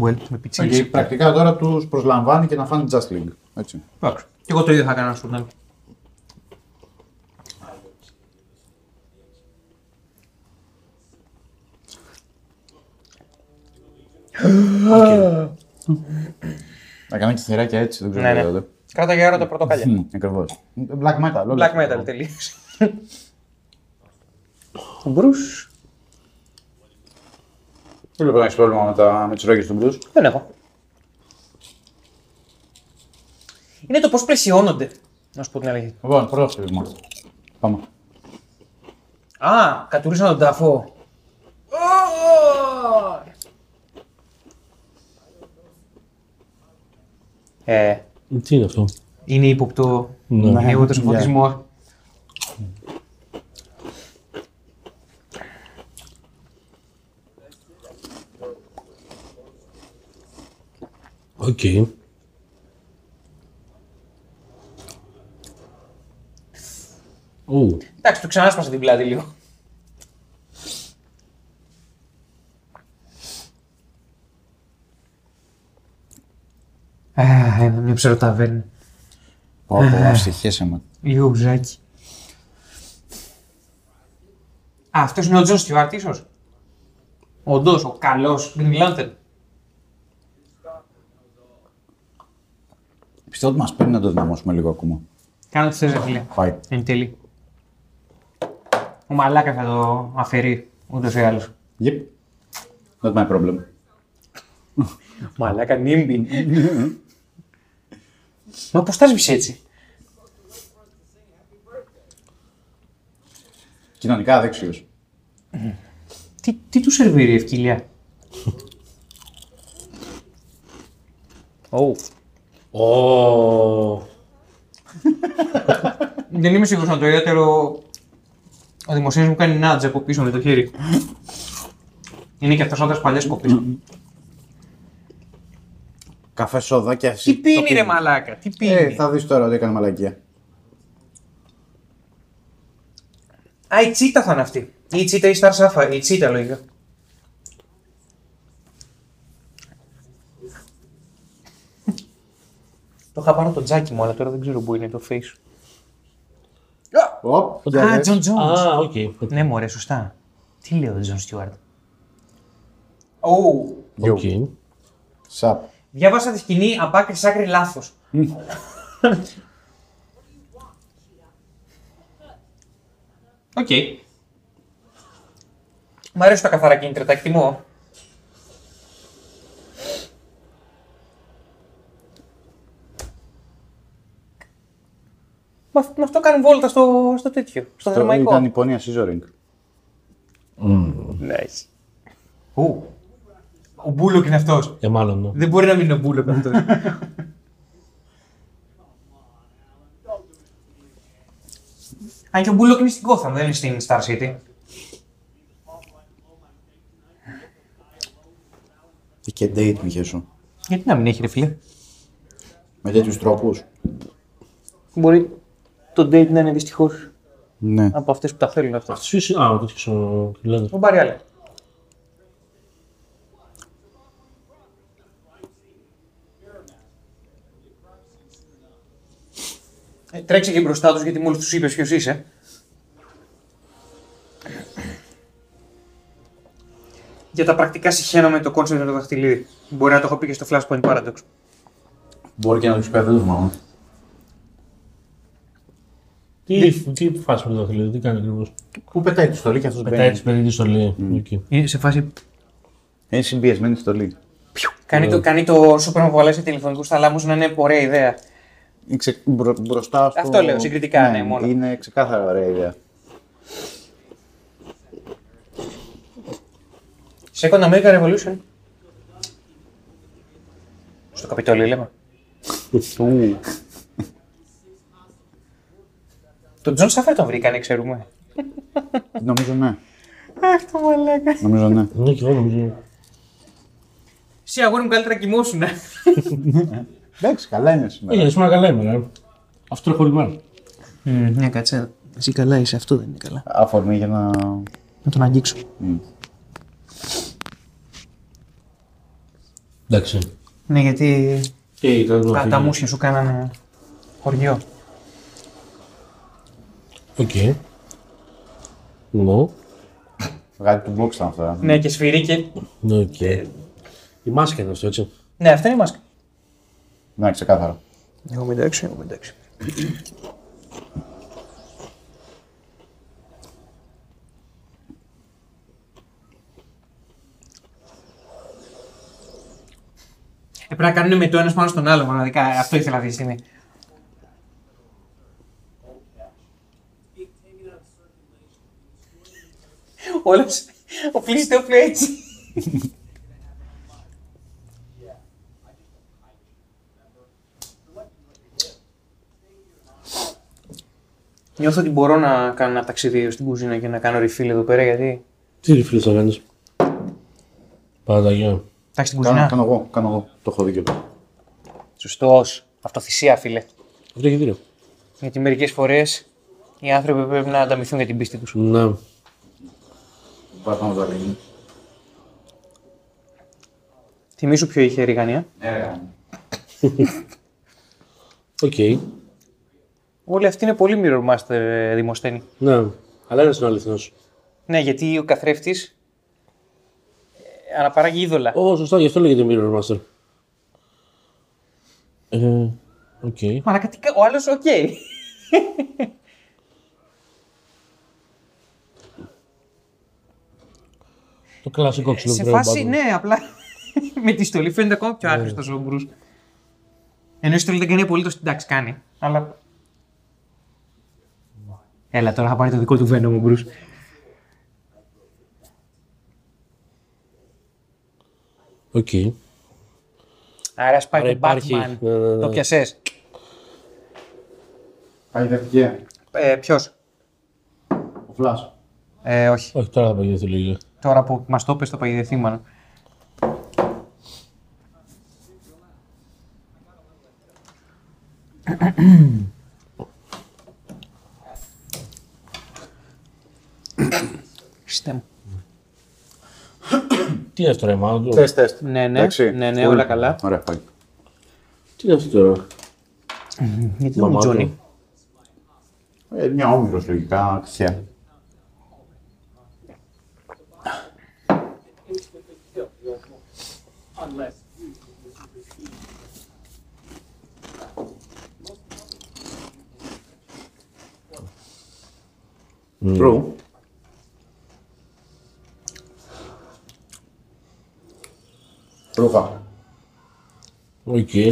S2: Well, με
S1: Και
S2: πιτσίλησε.
S1: πρακτικά τώρα τους προσλαμβάνει και να φάνε Just League. Έτσι.
S2: Εντάξει. Και εγώ το ίδιο θα έκανα στο τέλο.
S1: Να κάνω και θεράκια έτσι, δεν ξέρω
S2: Ναι,
S1: τι
S2: ναι.
S1: λέω.
S2: Κράτα για ώρα τα πορτοκάλια.
S1: Ακριβώς. Black metal. όλα
S2: Black
S1: αυτά.
S2: metal τελείωσε. Μπρουσ.
S1: Δεν βλέπω να έχεις πρόβλημα με, τα, με τις ρόγες του Μπρουζ.
S2: Δεν έχω. Είναι το πώς πλαισιώνονται. Να σου πω την αλήθεια.
S1: Λοιπόν, πρώτο χτύπημα. Πάμε.
S2: Α, κατουρίσαν τον ταφό. Ε,
S3: Τι είναι αυτό.
S2: είναι ύποπτο.
S3: Ναι.
S2: Είναι ύποπτος ο φωτισμός.
S3: Οκ. Ου.
S2: Εντάξει, του ξανάσπασε την πλάτη λίγο. Α, ένα μια ψεροταβέρνη.
S1: Πω, [laughs] πω, αστυχέσαι με.
S2: Λίγο μπουζάκι. Α, αυτός είναι ο Τζον Στιουάρτ ίσως. Όντως, ο καλός Green Lantern.
S1: Πιστεύω ότι μας πρέπει να το δυναμώσουμε λίγο ακόμα.
S2: Κάνω τι θες, ρε φίλε.
S1: Πάει.
S2: Εν τέλει. Ο μαλάκας θα το αφαιρεί, ούτως ή άλλως.
S1: Yep. Not my problem.
S2: Μαλάκα νύμπι. Μα πώς τα σβήσε έτσι.
S1: Κοινωνικά αδέξιος.
S2: Τι, τι του σερβίρει η ευκαιρία. Ω.
S3: Ω.
S2: Δεν είμαι σίγουρος να το ιδιαίτερο... Ο δημοσίος μου κάνει νάτζ από πίσω με το χέρι. Είναι και αυτός άντρας παλιές κοπής.
S1: Καφέ σόδα και
S2: Τι
S1: ασύ.
S2: πίνει ρε μαλάκα, τι
S1: Ε,
S2: πίνει.
S1: θα δεις τώρα ότι έκανε μαλακία.
S2: Α, η τσίτα θα είναι αυτή. Ή η τσίτα ή η Star Sapphire, η τσίτα λογικά. το είχα πάνω το τζάκι μου, αλλά τώρα δεν ξέρω πού είναι το face.
S1: Οπ, για
S2: Α,
S1: δες.
S2: John Jones.
S3: Α, οκ.
S2: Ναι, μωρέ, σωστά. Τι λέει ο Τζον Στιουάρτ. Ω,
S3: Οκ.
S1: Σαπ.
S2: διάβασα τη σκηνή απ' άκρη σ' άκρη λάθος. Οκ. Μ' αρέσουν τα καθαρά κίνητρα, τα εκτιμώ. Μα αυ- Με αυτό κάνουν βόλτα στο, στο τέτοιο, στο
S1: Το
S2: θερμαϊκό.
S1: ήταν η πόνια Σίζορινγκ.
S2: Nice. Ου. Ο Μπούλοκ είναι αυτός.
S3: Ε, μάλλον. ναι.
S2: Δεν μπορεί να μην είναι ο Μπούλοκ αυτό. Αν και ο Μπούλοκ είναι στην Gotham, δεν είναι στην Star City.
S1: Και date είχε σου.
S2: Γιατί να μην έχει ρε φίλε.
S1: Με τέτοιους τρόπους.
S2: Μπορεί το date να είναι δυστυχώς
S1: Ναι.
S2: από αυτές που τα θέλουν αυτά.
S3: Αυτός ίσως- Α, ο τέτοιος ο Greenlander.
S2: Ο Μπάρι Άλεν. Ε, τρέξε και μπροστά τους γιατί μόλις τους είπες ποιος είσαι. Για τα πρακτικά συχαίνομαι το κόνσεπτ με το δαχτυλίδι. Μπορεί να το έχω πει και στο Flashpoint Paradox.
S1: Μπορεί και να τους πει, δεν το θυμάμαι.
S3: Τι, τι φάση με το δαχτυλίδι, τι κάνει ακριβώς.
S1: Πού πετάει τη στολή και αυτός
S3: Πετάει
S1: μπαίνει.
S3: τη περίεργη στολή. Οκ.
S2: Είναι σε φάση...
S1: Είναι συμπιεσμένη στολή.
S2: Κάνει το, κάνει το Superman που βαλάει σε τηλεφωνικούς θαλάμους να είναι ωραία ιδέα.
S1: Είναι ξε- μπρο- μπροστά στο...
S2: Αυτό λέω, συγκριτικά, ναι, μόνο.
S1: Είναι ξεκάθαρα ωραία ιδέα.
S2: Second American Revolution. Στο Καπιτόλιο λέμε. Τον Τζον Σάφερ τον βρήκανε, ξέρουμε.
S1: Νομίζω ναι.
S2: Αχ, το μαλάκα.
S1: Νομίζω ναι.
S3: Ναι, και εγώ νομίζω.
S2: Σε αγόρι μου καλύτερα κοιμόσουν.
S1: Εντάξει, καλά είναι σήμερα.
S3: Έγινε σήμερα καλά ημέρα. ε. Αυτό είναι χωριμένο.
S2: Ναι, κάτσε. Εσύ καλά είσαι, αυτό δεν είναι καλά.
S1: Αφορμή για να...
S2: Να τον αγγίξω.
S3: Εντάξει.
S2: Ναι, γιατί
S3: Και ήταν το
S2: τα, τα
S3: αφήγημα.
S2: μουσια σου κάνανε χωριό.
S3: Οκ. Ναι.
S1: Βγάλει του box ήταν αυτά.
S2: Ναι, και σφυρί και.
S3: Ναι, οκ. Η μάσκα είναι αυτό, έτσι.
S2: Ναι, αυτή είναι η μάσκα.
S1: Ναι, ξεκάθαρα.
S2: Εγώ εντάξει, εγώ εντάξει. Ε, Πρέπει να κάνουν με το ένας πάνω στον άλλο μοναδικά. Αυτό ήθελα αυτή τη στιγμή. Όλος, ο Πλής το έπλε έτσι. Νιώθω ότι μπορώ να κάνω ένα ταξίδι στην κουζίνα και να κάνω refill εδώ πέρα γιατί...
S3: Τι φίλε θα κάνεις. Παναγία.
S2: Εντάξει την
S1: Κάνω,
S2: κουζίνα.
S1: κάνω εγώ, κάνω εγώ. Το έχω δίκιο. το.
S2: Σωστός. Αυτοθυσία φίλε.
S3: Αυτό έχει δίκιο.
S2: Γιατί μερικές φορές οι άνθρωποι πρέπει να ανταμυθούν για την πίστη τους.
S3: Ναι.
S1: Πάρε πάνω το αλήνι.
S2: Θυμήσου ποιο είχε η Ριγανία.
S1: Ναι,
S3: Οκ.
S2: Όλοι αυτοί είναι πολύ mirror master, ε, Δημοσθένη.
S3: Ναι. Αλλά ένας είναι αληθινός.
S2: Ναι, γιατί ο καθρέφτης αναπαράγει είδωλα.
S3: Ω, σωστά, γι' αυτό λέγεται Mirror Master. Ε, οκ.
S2: Μαλάκα, τι κα- ο άλλος, οκ.
S3: Το κλασικό ξύλο
S2: Ε, Σε
S3: πρέπει να
S2: φάση,
S3: πάρουμε.
S2: ναι, απλά [laughs] με τη στολή φαίνεται ακόμα πιο άχρηστος ο Μπρου. Ενώ η στολή δεν κάνει απολύτως την τάξη, κάνει. Αλλά. Έλα τώρα, θα πάρει το δικό του βένο μου, Μπρου.
S3: Οκ.
S2: Άρα, ας πάει
S3: Άρα
S2: το
S3: υπάρχει.
S2: Batman.
S3: Ναι, ναι, ναι.
S2: Το πιασές.
S1: Παγιδευτική.
S2: Ε, Ποιος.
S1: Ο Φλάσ.
S2: Ε, όχι.
S3: Όχι, τώρα θα παγιδευτεί λίγο.
S2: Τώρα που μας το πες, το παγιδευτεί μάλλον. Χριστέ μου.
S3: Τι είναι αυτό, ρε μάνα του.
S1: Τεστ, τεστ.
S2: Ναι, ναι, ναι, ναι, όλα καλά.
S1: Ωραία, πάει.
S3: Τι είναι αυτό τώρα.
S2: Γιατί δεν μου
S3: Μαμά του.
S2: τζόνι.
S1: Ε, μια όμοιρος λογικά, τυχαία. True. Ρούχα.
S3: Οκ.
S2: Ε,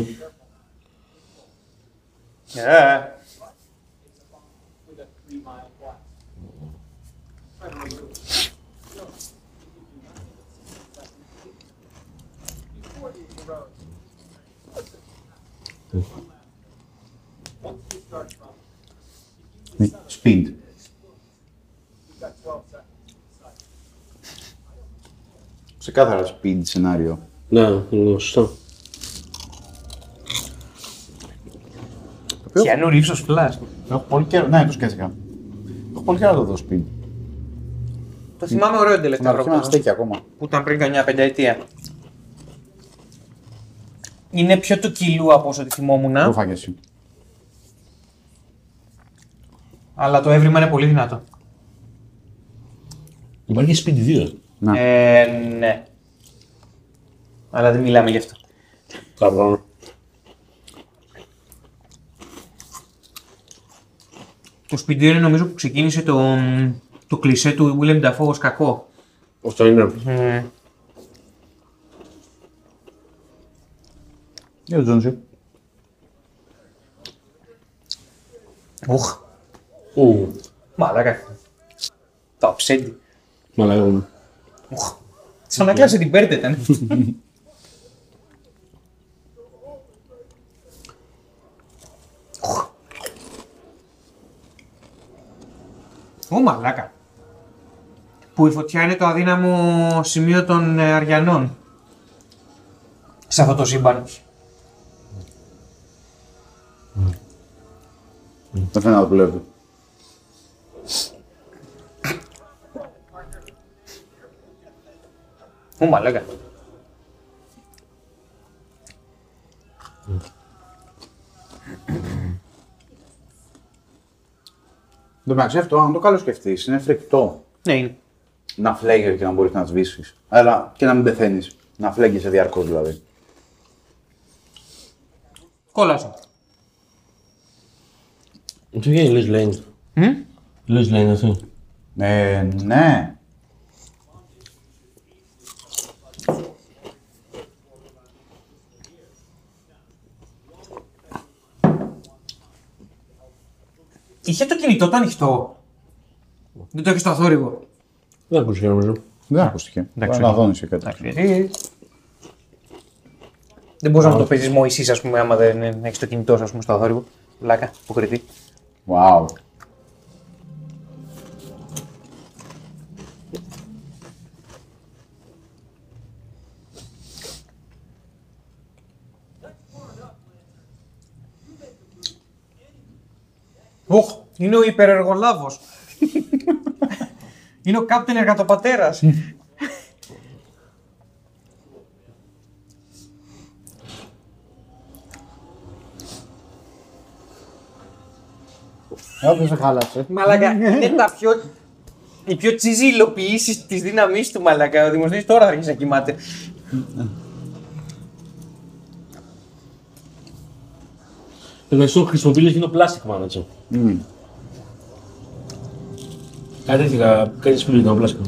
S1: Ναι, Speed. Ξεκάθαρα speed σενάριο.
S3: Ναι, ναι, σωστό.
S1: Ποιο?
S2: Κιανού ύψο φλά.
S1: Έχω πολύ καιρό. Ναι, το σκέφτηκα. Έχω πολύ καιρό να το δω speed.
S2: Το θυμάμαι ωραίο
S1: Στην
S2: τελευταίο
S1: αρχή με
S2: ρόλο
S1: στέκει ακόμα.
S2: που ήταν πριν καμιά πενταετία. Είναι πιο του κιλού από όσο τη θυμόμουν,
S1: Το φάγε εσύ.
S2: αλλά το έβριμα είναι πολύ δυνατό.
S3: Υπάρχει και Speed 2.
S1: Να.
S2: Ε, ναι. Αλλά δεν μιλάμε γι' αυτό.
S3: Καβρόν.
S2: Το σπίτι είναι νομίζω που ξεκίνησε το, το κλισέ του William Dafoe ως κακό.
S3: Αυτό είναι.
S1: Για τον Τζόνσι.
S2: Ουχ.
S3: Ου.
S2: Μαλάκα. Το αψέντη.
S3: Μαλάκα.
S2: Ουχ. Σαν να κλάψε την πέρτα ήταν. Ουχ. Ω μαλάκα. Που η φωτιά είναι το αδύναμο σημείο των ε, Αριανών. Σε αυτό το σύμπαν.
S1: Δεν φαίνεται να δουλεύει.
S2: Ω μαλάκα.
S1: Εν τω μεταξύ αυτό, αν το καλό σκεφτεί, είναι φρικτό
S2: Ναι, είναι.
S1: να φλέγει και να μπορείς να σβήσεις. Αλλά και να μην πεθαίνεις. Να φλέγγεσαι διαρκώς δηλαδή.
S2: Κόλασε.
S3: Τι βγαίνει η Λουίς Λέιν.
S2: Μμ?
S3: Λουίς Λέιν αυτή.
S1: Ε, ναι.
S2: Είχε το κινητό το ανοιχτό. Δεν το έχεις στο αθόρυβο.
S3: Δεν ακούστηκε νομίζω.
S1: Δεν ακούστηκε. Μπορεί να δώνει και κάτι.
S2: Ε. Δεν μπορείς να το παίζεις μόνο εσύ, ας πούμε, άμα δεν έχεις το κινητό σου ας πούμε, στο αθόρυβο. Βλάκα, υποκριτή.
S1: Wow.
S2: Ουχ, είναι ο υπερεργολάβος. είναι ο κάπτεν εργατοπατέρα.
S1: Ε,
S4: Όποιο δεν χάλασε.
S2: Μαλάκα, είναι τα πιο. Οι πιο τσιζι υλοποιήσεις της δύναμη του μαλακά. Ο δημοσιογράφο τώρα θα αρχίσει να κοιμάται.
S3: Ευχαριστώ, χρησιμοποιείς εκείνο plastic manager. Κάτι τέτοιο, κάτι σπίτι ήταν ο plastic.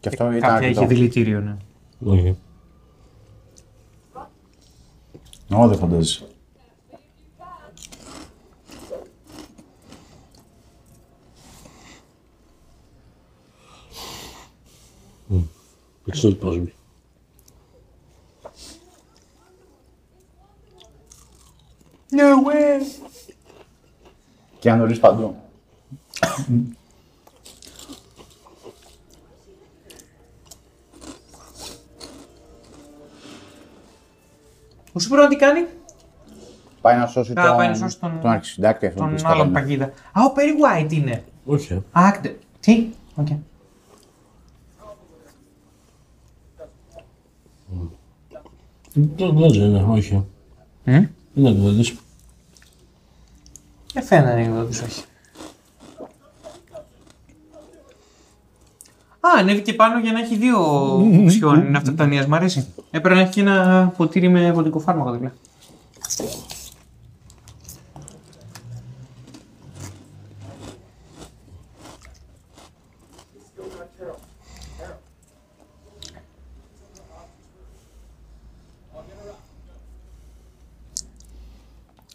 S1: Και αυτό ήταν αρκετό.
S2: δηλητήριο, ναι.
S3: Όχι.
S1: Ω, δεν φαντάζει.
S3: Εξώ το πρόσωπο.
S2: Ναι,
S1: Και αν νωρί παντού.
S2: Ο Σούπερ τι κάνει,
S1: Πάει να σώσει
S2: Α,
S1: τον,
S2: πάει να σώσει τον-
S1: τον αρχισυντάκτη αυτόν που
S2: τον
S1: στέλνει.
S2: άλλον παγίδα. Α, ο Perry White είναι.
S3: Όχι. ε.
S2: Α, ακτε- Τι, οκ.
S3: Δεν δεν είναι, όχι. ε.
S2: Μμ.
S3: Είναι εκδότη.
S2: Δεν φαίνεται να είναι όχι. Α, ανέβηκε πάνω για να έχει δύο ψιόν ναυτοκτονία. Μ' αρέσει. Έπρεπε να έχει και ένα ποτήρι με βοτικό φάρμακο δίπλα.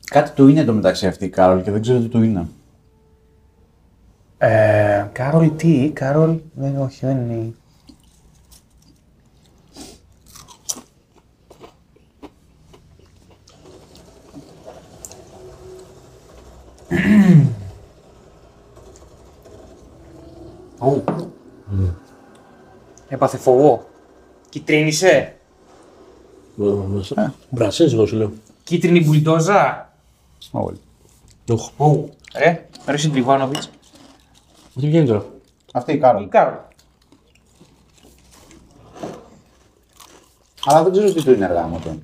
S1: Κάτι του είναι εντωμεταξύ αυτή η Κάρολ και δεν ξέρω τι του είναι.
S2: Ε, Κάρολ τι, Κάρολ. Δεν, όχι, δεν είναι. η- Ου. Έπαθε φοβό. Κιτρίνησε.
S3: Μπρασέ, εγώ σου λέω.
S2: Κίτρινη μπουλντόζα.
S1: Όλοι.
S3: Οχ.
S2: Ου. Ρε, ρε Συντριβάνοβιτς.
S3: Τι βγαίνει τώρα.
S1: Αυτή η Κάρολ.
S2: Κάρολ.
S1: Αλλά δεν ξέρω τι του είναι γάμο του.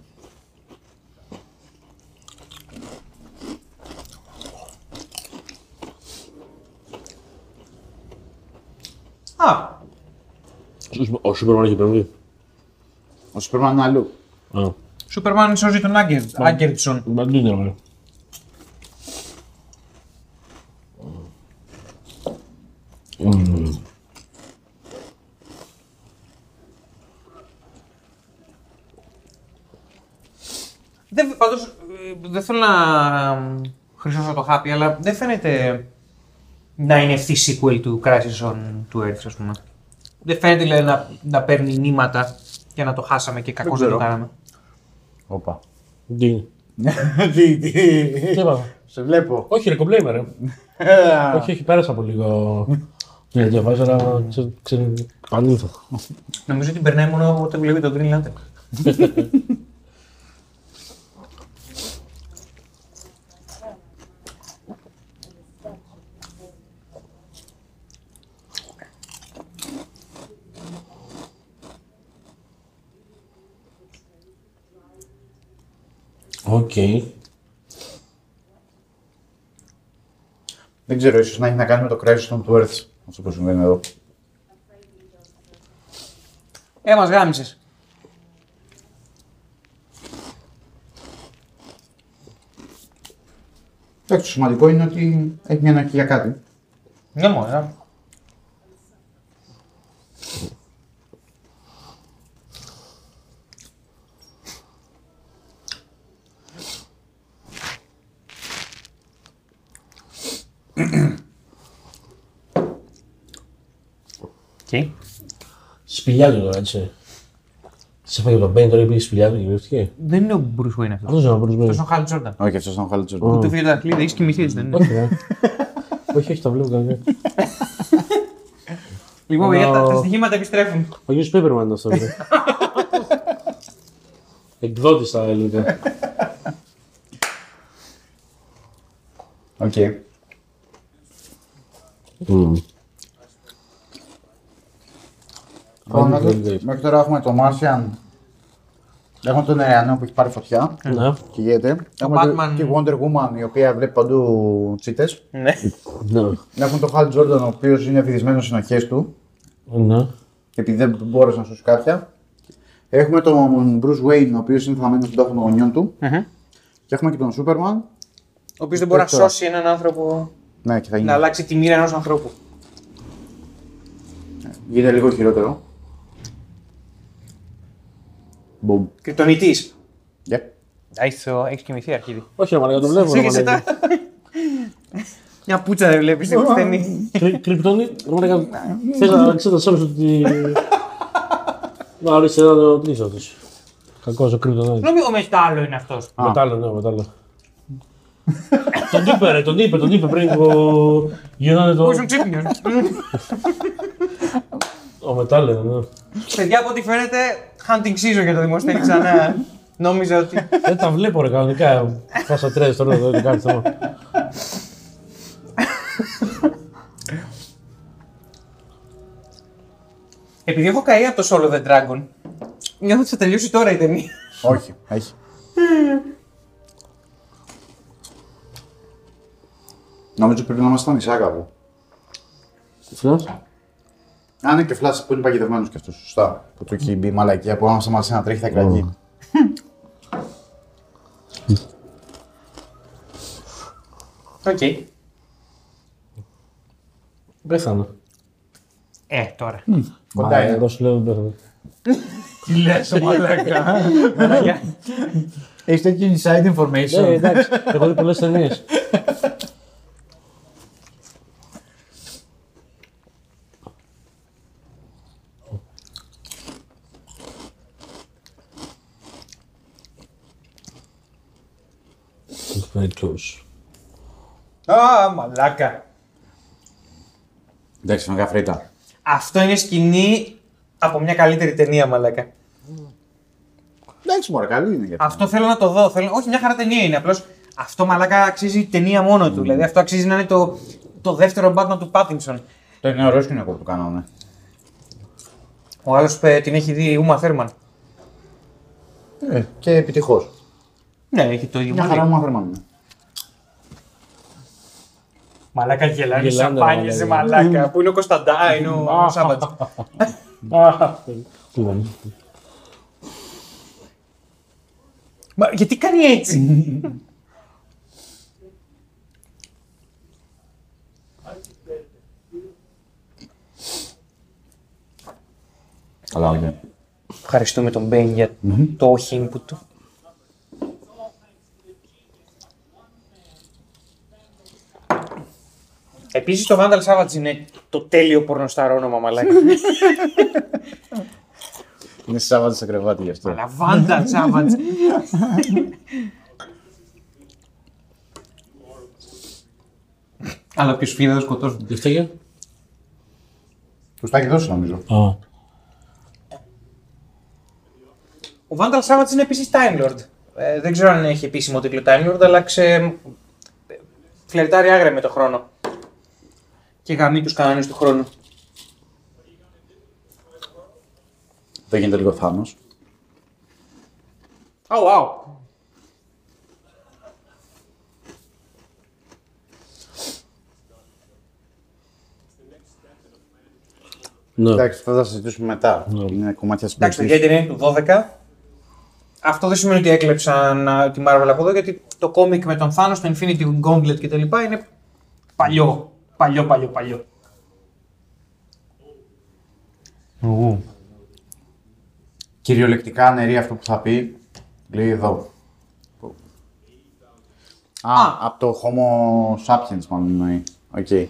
S2: Α,
S3: Ο Σούπερμαν έχει επέμβει.
S1: Ο Σούπερμαν είναι αλλού.
S3: Α.
S2: Σούπερμαν σώζει τον Άγκερ- Άγκερτσον.
S3: Μα τι είναι, ρε. Μμμ.
S2: Δεν, πάντως, ε, δεν θέλω να χρυσώσω το χάπι, αλλά δεν φαίνεται να είναι αυτή η sequel του Crisis on Two Earths, ας πούμε. Δεν φαίνεται δηλαδή, να, να παίρνει νήματα και να το χάσαμε και κακώς δεν, το
S1: ξέρω.
S2: κάναμε.
S1: Όπα.
S3: Τι είναι.
S1: [laughs] Τι, τι.
S3: Τι είπα.
S1: Σε βλέπω.
S3: Όχι, ρε κομπλέ είμαι, ρε. Όχι, όχι, πέρασα από λίγο. Ναι, διαβάζω, αλλά ξέρω- ξέρω. Πανήλθα.
S2: Νομίζω ότι περνάει μόνο όταν βλέπει τον Green Lantern.
S3: Οκ.
S1: [laughs] Δεν ξέρω, ίσως να έχει να κάνει με το Crisis των του Earth. Αυτό που συμβαίνει εδώ.
S2: Ε, μας γάμισες.
S1: Εντάξει, το σημαντικό είναι ότι έχει μια ανάγκη για κάτι.
S2: Ναι, μόνο. Και.
S3: Σπηλιά του τώρα, έτσι. Σε έφαγε τον Μπέιν, τώρα πήγε σπηλιά του και βρέθηκε.
S2: Δεν είναι ο Μπρουσ Βέιν αυτός.
S3: Αυτός είναι ο Bruce Wayne.
S2: Αυτός είναι ο Χάλ Τζόρνταν.
S1: Όχι, αυτός ήταν ο Χάλιτ
S2: Που του φύγει το δαχτυλίδι, έχεις κοιμηθείς, έτσι δεν είναι.
S3: Ναι. Όχι, όχι, τα βλέπω καλά.
S2: Λοιπόν, παιδιά, τα,
S3: Ο-
S2: τα στοιχήματα επιστρέφουν.
S3: Ο Γιώργο Πέπερμαν ήταν αυτός. [laughs] ναι. Εκδότης στα ελληνικά.
S1: Οκ. Λοιπόν,
S3: Πάμε
S1: μέχρι-
S3: το update.
S1: Μέχρι τώρα έχουμε το Martian. Έχουμε τον Ερεανό που έχει πάρει φωτιά.
S3: Ναι,
S1: Κυγέται. Έχουμε
S2: Batman.
S1: τη Wonder Woman η οποία βλέπει παντού τσίτες.
S2: Ναι.
S3: ναι,
S1: Έχουμε τον Χάλ Τζόρνταν ο οποίος είναι βυθισμένο στι ενοχέ του
S3: ναι.
S1: επειδή δεν μπόρεσε να σώσει κάποια. Έχουμε τον Bruce Wayne ο οποίος είναι θαμένος στον τάφο των γονιών του. Και έχουμε και τον Superman.
S2: Ο οποίος δεν μπορεί να
S1: Τώρα.
S2: σώσει έναν άνθρωπο
S1: Ναι, και θα
S2: να
S1: γίνει.
S2: αλλάξει τη μοίρα ενός ανθρώπου.
S1: Γίνεται λίγο χειρότερο. Μπούμ.
S2: Κρυπτονητής.
S1: Yeah.
S2: Άιθο, έχεις κοιμηθεί αρχίδι.
S3: Όχι, ρε μαλάκα, το βλέπω. ρε
S2: Σύγχυσε τα.
S3: μαλάκα.
S2: Μια πούτσα δεν βλέπεις στην ταινία.
S3: Κρυ- Κρυπτονί, ρε μαλάκα, θέλω να ξέρω σε όλους ότι... Να ορίστε εδώ το τρεις αυτός. Κακός ο κρυπτονί.
S2: Νομίζω ο μετάλλο είναι αυτό.
S3: Μετάλλο, ναι, μετάλλο. Τον είπε, ρε, τον είπε, τον είπε πριν που γινόταν το...
S2: Ήσουν ξύπνιο.
S3: Ο μετάλλο, ναι.
S2: Παιδιά, από ό,τι φαίνεται, hunting season για το δημοσιογράφο ξανά. Νόμιζα ότι.
S3: Δεν τα βλέπω, ρε, κανονικά. Φάσα τρέζες τώρα, εδώ είναι κάτι θέμα.
S2: Επειδή έχω καεί από το Solo the Dragon, νιώθω ότι θα τελειώσει τώρα η ταινία.
S1: Όχι, έχει. Νομίζω πρέπει να είμαστε στα μισά κάπου.
S3: Φυλάς.
S1: Α, ναι, και φλάσσε που είναι παγιδευμένος και αυτός. Σωστά. Που του έχει μπει η μαλακία που άμεσα μαζί να τρέχει θα κρατεί.
S2: Οκ.
S3: Πέθανα.
S2: Ε, τώρα.
S1: Κοντά
S3: Μα,
S1: είναι.
S3: Εγώ σου λέω δεν πέθανα.
S1: Τι λες, μαλακά. Έχεις τέτοιο inside
S3: Ναι,
S1: information.
S3: εντάξει, [laughs] έχω δει πολλές ταινίες. Φέτος.
S2: Α, μαλάκα.
S1: Εντάξει, φανικά φρίτα.
S2: Αυτό είναι σκηνή από μια καλύτερη ταινία, μαλάκα.
S1: Εντάξει, μωρέ, καλή είναι. για το-
S2: Αυτό θέλω να το δω. Θέλω... Όχι, μια χαρά ταινία είναι. Απλώς αυτό μαλάκα αξίζει ταινία μόνο του. Δηλαδή αυτό αξίζει να είναι το, το δεύτερο Batman του Πάτινσον.
S1: Το είναι ωραίο σκηνικό που το κάνανε.
S2: Ο άλλος την έχει δει η Ούμα Θέρμαν.
S1: Ε, Και επιτυχώς.
S2: Ναι, έχει το ίδιο.
S1: Μια
S2: μαζί.
S1: χαρά μου αφερμάνε.
S2: Μαλάκα γελάνε οι
S3: Γελάνε,
S2: σαμπάνιες,
S3: μαλάκα.
S2: ε, μαλάκα. Πού είναι ο Κωνσταντά, α, είναι ο Σάββατ.
S3: Πού είναι.
S2: Μα γιατί κάνει έτσι.
S1: Καλά, όχι.
S2: Ευχαριστούμε τον Μπέιν για το όχι input του. Επίσης το Vandal Savage είναι το τέλειο πορνοσταρό όνομα μαλάκα.
S1: Είναι Σάββατο σε κρεβάτι γι' αυτό.
S2: Αλλά Vandal Savage. Αλλά ποιος φύγει δεν το σκοτώσουν.
S3: Τι φταίγε.
S1: Του τα έχει δώσει νομίζω.
S3: Α.
S2: Ο Vandal Savage είναι επίσης Time Lord. Ε, δεν ξέρω αν έχει επίσημο τίτλο Time Lord, αλλά ξε... φλερτάρει άγρια με το χρόνο. Και γαμεί τους κανόνες του χρόνου.
S1: Δεν γίνεται λίγο θάμος.
S2: Αου, αου.
S3: Ναι.
S1: Εντάξει, αυτό θα συζητήσουμε μετά. Είναι κομμάτια της Ναι.
S2: Εντάξει, παιδιά, η ταινία είναι του 12. Αυτό δεν σημαίνει ότι έκλεψαν α, τη Marvel από εδώ, γιατί το κόμικ με τον Thanos, το Infinity Gauntlet κτλ. είναι παλιό. Παλιό, παλιό, παλιό.
S3: Ου.
S1: Κυριολεκτικά νερή αυτό που θα πει, λέει εδώ. Α,
S2: Α.
S1: από το Homo sapiens μάλλον εννοεί. Οκ.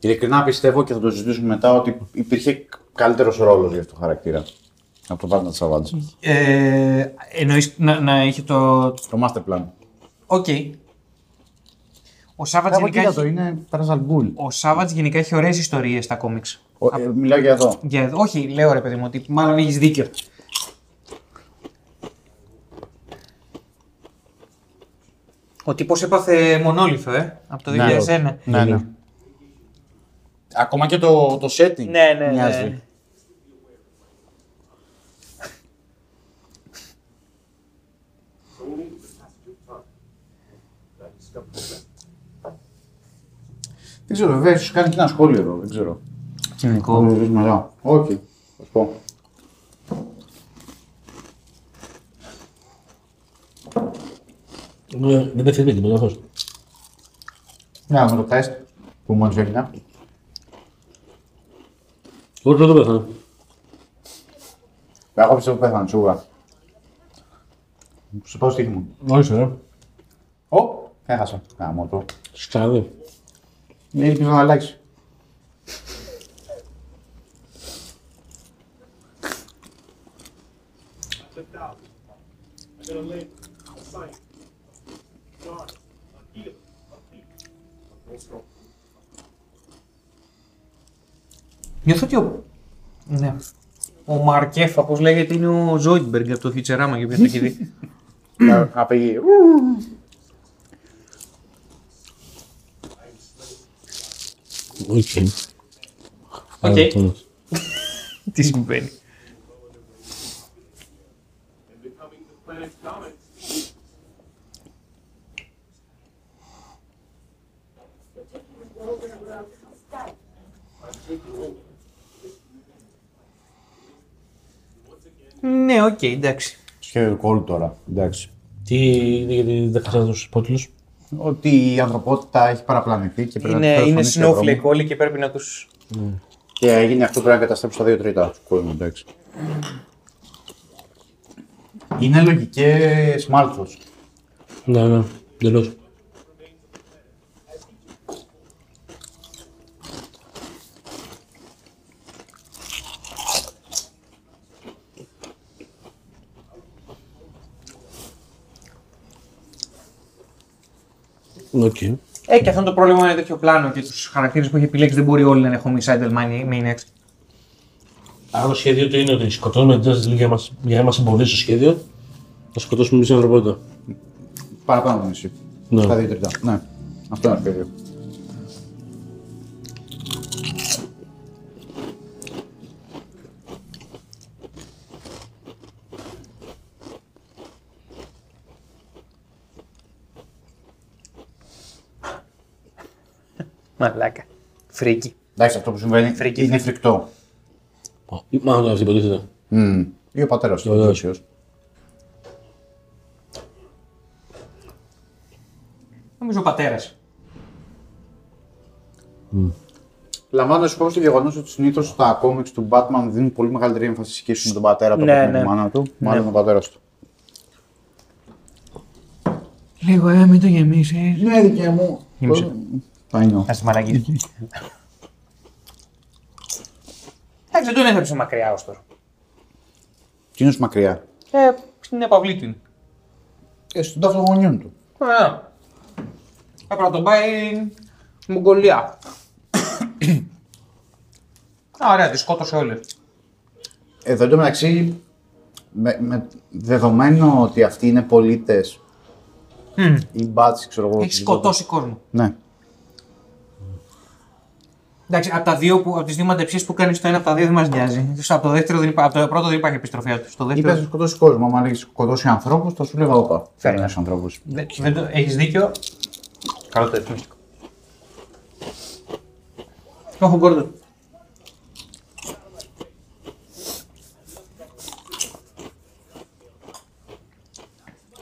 S1: Ειλικρινά πιστεύω και θα το συζητήσουμε μετά ότι υπήρχε καλύτερος ρόλος για αυτό το χαρακτήρα. Από το Βάρνα Savage.
S2: Ε, εννοείς να, να είχε το...
S1: Το master plan.
S2: Οκ. Ο Savage
S1: Κάπου εκεί
S2: γενικά,
S1: θα το
S2: έχει...
S1: είναι Tarzan Bull.
S2: ο Savage γενικά έχει ωραίες ιστορίες στα κόμιξ.
S1: Ο- ε, Μιλάω για εδώ.
S2: Για εδώ. Όχι, λέω ρε παιδί μου, ότι μάλλον έχεις δίκιο. Ο τύπος έπαθε μονόλιθο, ε, από το 2001.
S1: Ναι.
S2: Ναι,
S1: Ναι, ναι. Ακόμα και το, το setting
S2: ναι, ναι.
S1: μοιάζει. Δεν ξέρω, βέβαια, ίσως κάνει και ένα σχόλιο εδώ, δεν ξέρω.
S2: Κοινωνικό.
S1: Μπορεί να δεις μετά. Όχι, θα σου πω.
S3: Ε, Δεν πέφτει τίποτα αυτός.
S1: Να, με το τεστ που μόλις έγινε.
S3: Όχι, δεν πέθανε.
S1: Εγώ πιστεύω που πέθανε, σίγουρα. Σου πάω στοίχημα.
S3: Όχι, ρε.
S1: Ω, έχασα. Γάμο το.
S3: Σκάδι.
S1: Ναι, ελπίζω να αλλάξει.
S2: Νιώθω ότι ο. Ναι. Ο Μαρκέφα, όπως λέγεται, είναι ο Ζόιντμπεργκ από το Futurama για όποιον το έχει δει.
S1: Να- Να πήγε.
S3: Όχι.
S2: Οκ.
S3: Άρα, λοιπόν. το-
S2: Τι συμβαίνει. Ναι, οκ, εντάξει.
S1: Σχέδιο κόλλου τώρα. Εντάξει.
S3: Τι είναι για τη δεκαετία του υπότιτλους.
S1: Ότι η ανθρωπότητα έχει παραπλανηθεί και πρέπει
S2: Είναι,
S1: να
S2: είναι
S1: τους δρόμο.
S2: snowflake όλοι και πρέπει να τους...
S1: Και έγινε αυτό πρέπει να καταστρέψει τα δύο τρίτα του κόσμου. Εντάξει. Είναι λογικές μάλθο.
S3: Ναι, ναι, τελώ. Οκ.
S2: Ε, και αυτό είναι το πρόβλημα είναι τέτοιο πλάνο και τους χαρακτήρες που έχει επιλέξει δεν μπορεί όλοι να είναι homicidal mani- maniacs.
S3: Άρα το σχέδιο του είναι ότι σκοτώνουμε την Justice League για να μας- για να μας εμποδίσει το σχέδιο, να σκοτώσουμε εμείς την ανθρωπότητα.
S1: Παραπάνω από το μισή.
S3: Ναι.
S1: Στα δύο τρίτα. Ναι. Αυτό είναι το σχέδιο.
S2: Μαλάκα. Φρίκι.
S1: Εντάξει, αυτό που συμβαίνει
S2: Φρίκι,
S1: είναι φρικτό.
S3: Ή Μάλλον αυτή υποτίθεται.
S1: Μμμ. Ή ο πατέρας του. ο
S3: Βεβαίως.
S1: πλούσιος.
S2: Νομίζω ο πατέρας.
S1: Λαμβάνοντα υπόψη το γεγονός ότι συνήθως τα κόμιξ του Batman δίνουν πολύ μεγαλύτερη έμφαση σε σχέση με τον πατέρα του
S2: Ναι,
S1: από την
S2: ναι.
S1: μάνα του. Μάλλον τον πατέρας του.
S2: Λίγο, ε, μην το γεμίσεις.
S1: Ναι, δικαί μου. Θα είναι.
S2: Να σε μαλαγγίζει. Εντάξει, δεν τον έθεψε μακριά ως τώρα.
S1: Τι είναι μακριά.
S2: Ε, στην επαυλή του είναι.
S1: Ε, στον τάφο των γονιών του.
S2: Ε, Έπρεπε να τον πάει στη Μογγολία. Α, Ωραία, τη σκότωσε όλη.
S1: Εδώ εντωμεταξύ, με, με, δεδομένο ότι αυτοί είναι πολίτες ή μπάτσε, ξέρω εγώ. Ναι.
S2: Έχει
S1: οτιδήποτε.
S2: σκοτώσει κόσμο.
S1: Ναι.
S2: Εντάξει, από, τα δύο που, από τις δύο μαντεψίες που κάνεις το ένα από τα δύο δεν μας νοιάζει. Από το, δεύτερο, δεν υπά- από το πρώτο δεν υπάρχει επιστροφή του. Στο
S1: Είπε
S2: δεύτερο...
S1: να σκοτώσει κόσμο. Αν έχεις σκοτώσει ανθρώπους, θα σου λέγα όπα.
S2: Φέρε.
S1: Φέρνει ένας ανθρώπους.
S2: Δεν, δεν το, έχεις δίκιο. Καλό το εθνιστικό. Το έχω γκόρντον.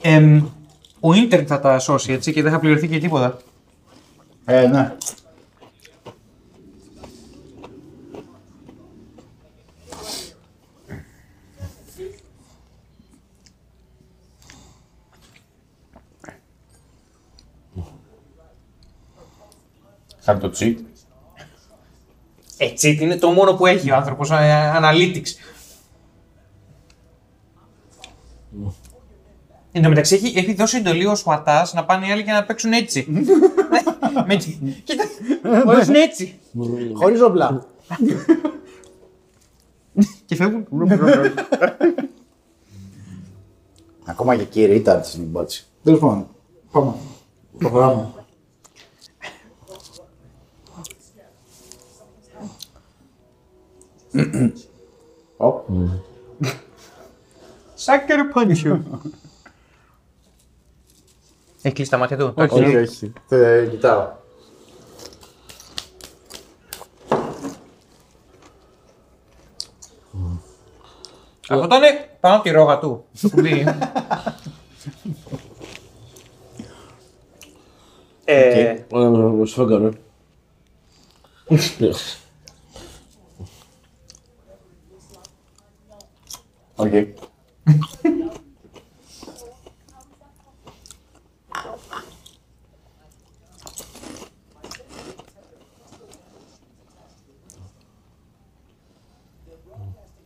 S2: Εμ, ο ίντερνετ θα τα σώσει έτσι και δεν θα πληρωθεί και τίποτα.
S1: Ε, ναι. Χάρη το cheat.
S2: Έτσι Ε, είναι το μόνο που έχει ο άνθρωπος, α- analytics. Εν τω μεταξύ έχει, έχει δώσει εντολή ο Σουατά να πάνε οι άλλοι και να παίξουν έτσι. [laughs] Ε, Με- Κοίτα, όλο είναι έτσι.
S4: Χωρίς όπλα.
S2: Και φεύγουν.
S1: [laughs] Ακόμα και κύριε ήταν στην μπάτση. Τέλος πάντων. Πάμε. Προχωράμε. Οπ.
S2: Sucker punch you. Έχει κλείσει τα μάτια του.
S1: Όχι, όχι. Ε, κοιτάω.
S2: Αυτό ήταν πάνω από τη ρόγα του. το [laughs] κουμπί. Ε,
S3: Ωραία, με σφέγγαρο.
S1: Οκ.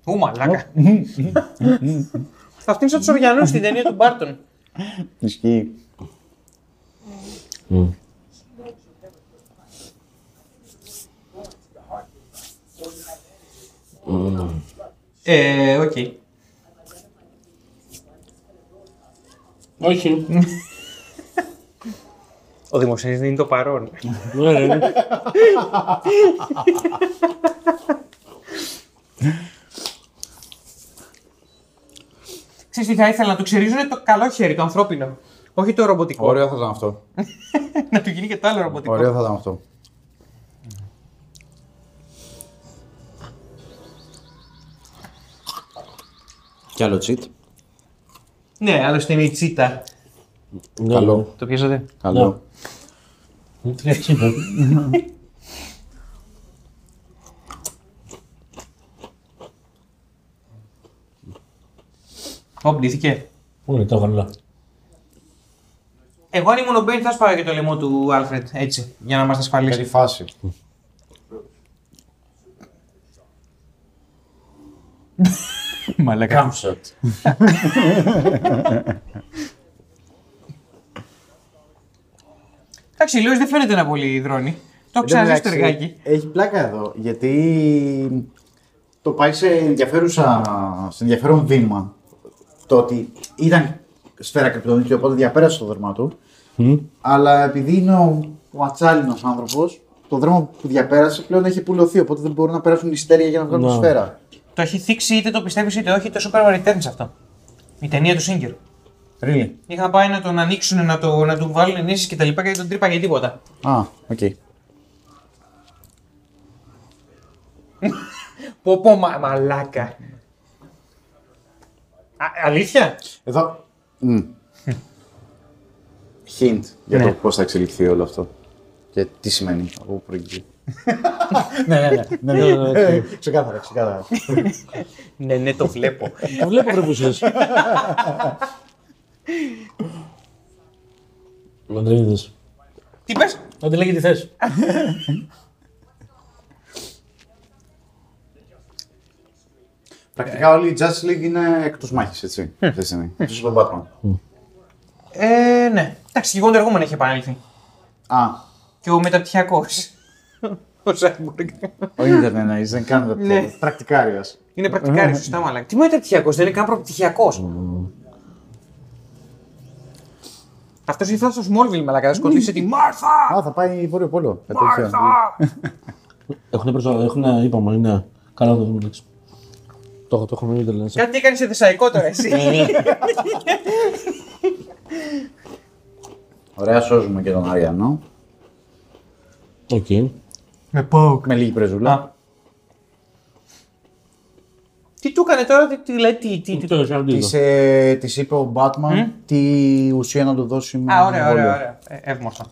S2: Ου, μαλάκα. Αυτή είναι σαν του Οριανού στην ταινία του Μπάρτον.
S1: Ισχύει.
S2: Ε, οκ.
S3: Όχι.
S2: Ο δημοσιογράφος είναι το παρόν.
S3: Ναι, [laughs] ρε.
S2: Ξέρεις τι θα ήθελα να του ξερίζουν το καλό χέρι, το ανθρώπινο. Όχι το ρομποτικό.
S1: Ωραίο θα ήταν αυτό.
S2: να του γίνει και το άλλο ρομποτικό.
S1: Ωραίο θα ήταν αυτό.
S5: Κι άλλο cheat.
S2: Ναι, άλλωστε είναι η τσίτα.
S1: Καλό.
S2: Το πιάσατε.
S1: Καλό.
S3: ναι.
S2: Ω, μπλήθηκε.
S3: Ωραία, τα βαλά.
S2: Εγώ αν ήμουν ο Μπέιν θα σπάω και το λαιμό του Άλφρεντ, έτσι, για να μας
S1: Καλή
S2: ασφαλίσει.
S1: φάση.
S2: Μαλάκα.
S3: Κάμψατ.
S2: Εντάξει, ο Λίος δεν φαίνεται να πολύ δρώνει. Το έχω ξαναζήσει το εργάκι.
S1: Ε, Έχει πλάκα εδώ, γιατί το πάει σε, ενδιαφέρουσα, σε ενδιαφέρον βήμα. Το ότι ήταν σφαίρα κρυπτονίτη, οπότε διαπέρασε το δέρμα του. Αλλά επειδή είναι ο, ο ατσάλινο άνθρωπος, το δέρμα που διαπέρασε πλέον έχει πουλωθεί. Οπότε δεν μπορούν να περάσουν ιστέρια για να βγάλουν τη
S3: Ναι.
S1: σφαίρα.
S2: Το έχει θίξει είτε το πιστεύεις είτε όχι το Super Returns αυτό. Η ταινία του Singer.
S1: Really.
S2: Είχαν πάει να τον ανοίξουν, να, το, να του βάλουν ενίσεις και τα λοιπά και δεν τον τρύπαγε τίποτα.
S1: Α, οκ.
S2: Πω πω μα, μαλάκα. Α, αλήθεια.
S1: Εδώ. Μμ. Hint για
S2: Ναι.
S1: το πώς θα εξελιχθεί όλο αυτό. Και τι σημαίνει από πού προηγεί.
S4: ναι, ναι, ναι.
S3: Ναι, ναι, ναι, ναι.
S1: ε, Ξεκάθαρα, ξεκάθαρα.
S2: ναι, ναι, το βλέπω.
S3: Τα βλέπω ρε που είσαι. Αντρέγιδες.
S2: [laughs] Τι πες.
S3: Αν τη λέγει τι θες.
S1: Πρακτικά όλη η Justice League είναι εκτός μάχης, έτσι. Αυτή τη στιγμή. Εκτός από τον Batman.
S2: Ε, ναι. Εντάξει, και εγώ εργούμενο έχει επανέλθει.
S1: Α,
S2: Και ο μεταπτυχιακός. ο Σάιμπουργκ.
S1: ο Ιντερνετ εννοεί, δεν κάνει
S2: Ε. Ναι.
S1: τέτοιο. Πρακτικάριος.
S2: Είναι πρακτικάρι, σωστά μαλάκα. Τι μεταπτυχιακός, δεν είναι καν προπτυχιακός. Αυτός Ναι. ήρθε στο Smallville μαλάκα, θα σκοτήσει τη Μάρθα!
S1: Ε, Α, θα πάει Βόρειο Πόλο.
S2: Μάρθα!
S3: Έχουν περισσότερα. Έχουν, είπαμε, είναι. Καλά το δούμε. εντάξει. Το έχω, το έχω μείνει τελείω.
S2: Κάτι έκανε σε θεσσαϊκό τώρα εσύ.
S1: Ωραία, σώζουμε και τον Αριανό.
S3: Οκ.
S2: Με πάω.
S1: Με λίγη πρεζούλα.
S2: Τι του έκανε τώρα, τι- τι λέει, τι. τι- τι-
S3: Το Ιωσιαντίδο.
S1: Της, ε, της είπε ο Batman τι ουσία να του δώσει με
S2: Ε. Α, ωραία,
S1: εμβόλιο.
S2: ωραία, ωραία. Ε, Εύμορφα.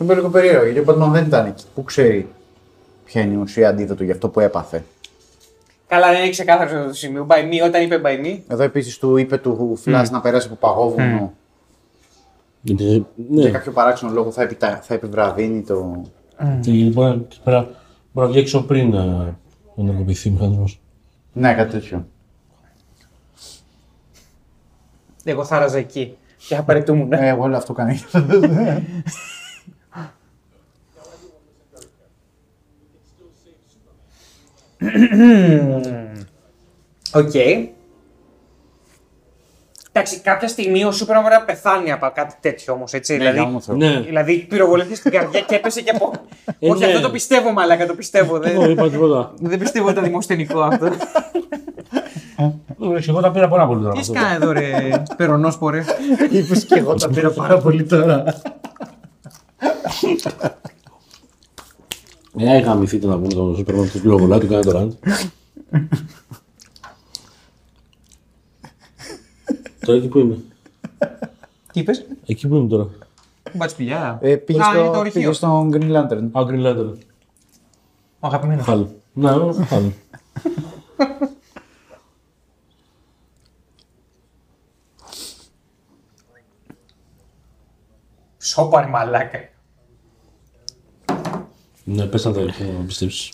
S1: Είμαι λίγο περίεργο γιατί ο Batman δεν ήταν εκεί. Πού ξέρει ποια είναι η ουσία αντίδοτο για αυτό που έπαθε.
S2: Καλά, δεν είναι ξεκάθαρο αυτό το σημείο. By me, όταν είπε by me.
S1: Εδώ επίσης του είπε του
S2: Ε.
S1: Flash να περάσει από παγόβουνο.
S3: Γιατί,
S2: Ε.
S1: Για
S3: Ναι,
S1: κάποιο παράξενο λόγο θα, επιτα... θα επιβραδύνει το.
S3: γιατί μπορεί να- λοιπόν, πέρα- μπορεί να βγει έξω πριν ε, ενεργοποιηθεί ο μηχανισμός.
S1: Ναι, κάτι τέτοιο.
S2: Εγώ θα ράζα εκεί. Και ναι. θα παρετούμουν.
S1: Ε, εγώ λέω αυτό κάνει.
S2: Οκ. Εντάξει, κάποια στιγμή ο Σούπερμαν μπορεί να πεθάνει από κάτι τέτοιο όμως, έτσι. δηλαδή,
S3: Ναι,
S2: δηλαδή πυροβολήθηκε στην καρδιά και έπεσε και
S3: [laughs]
S2: από.
S3: Ε,
S2: Όχι,
S3: ναι.
S2: αυτό το πιστεύω, μαλάκα, το πιστεύω.
S3: εγώ
S2: δεν,
S3: είπα τίποτα.
S2: δεν πιστεύω το δημοσιονικό
S3: [laughs]
S2: αυτό.
S3: Ε, Εγώ τα πήρα πάρα πολύ τώρα.
S2: Τι σκάνε εδώ, ρε. Περονόσπορε.
S1: Είπες και εγώ τα πήρα πάρα πολύ τώρα.
S3: Ε, γαμηθείτε να πούμε τον Σούπερμαν του Λογολά, του κάνει το ραντ. Τώρα εκεί που είμαι.
S2: Τι είπες,
S3: Εκεί που είμαι τώρα.
S2: Μπατσπιλιά.
S1: Ε, πήγες,
S2: Α, είναι το
S1: στο,
S2: ορυχείο.
S1: πήγες στον Green Lantern.
S3: Α, ο Green Lantern.
S2: Ο αγαπημένο.
S3: Χάλο. Ναι, ο χάλο.
S2: Σόπαρ μαλάκα.
S3: Ναι, πες να το να πιστέψεις.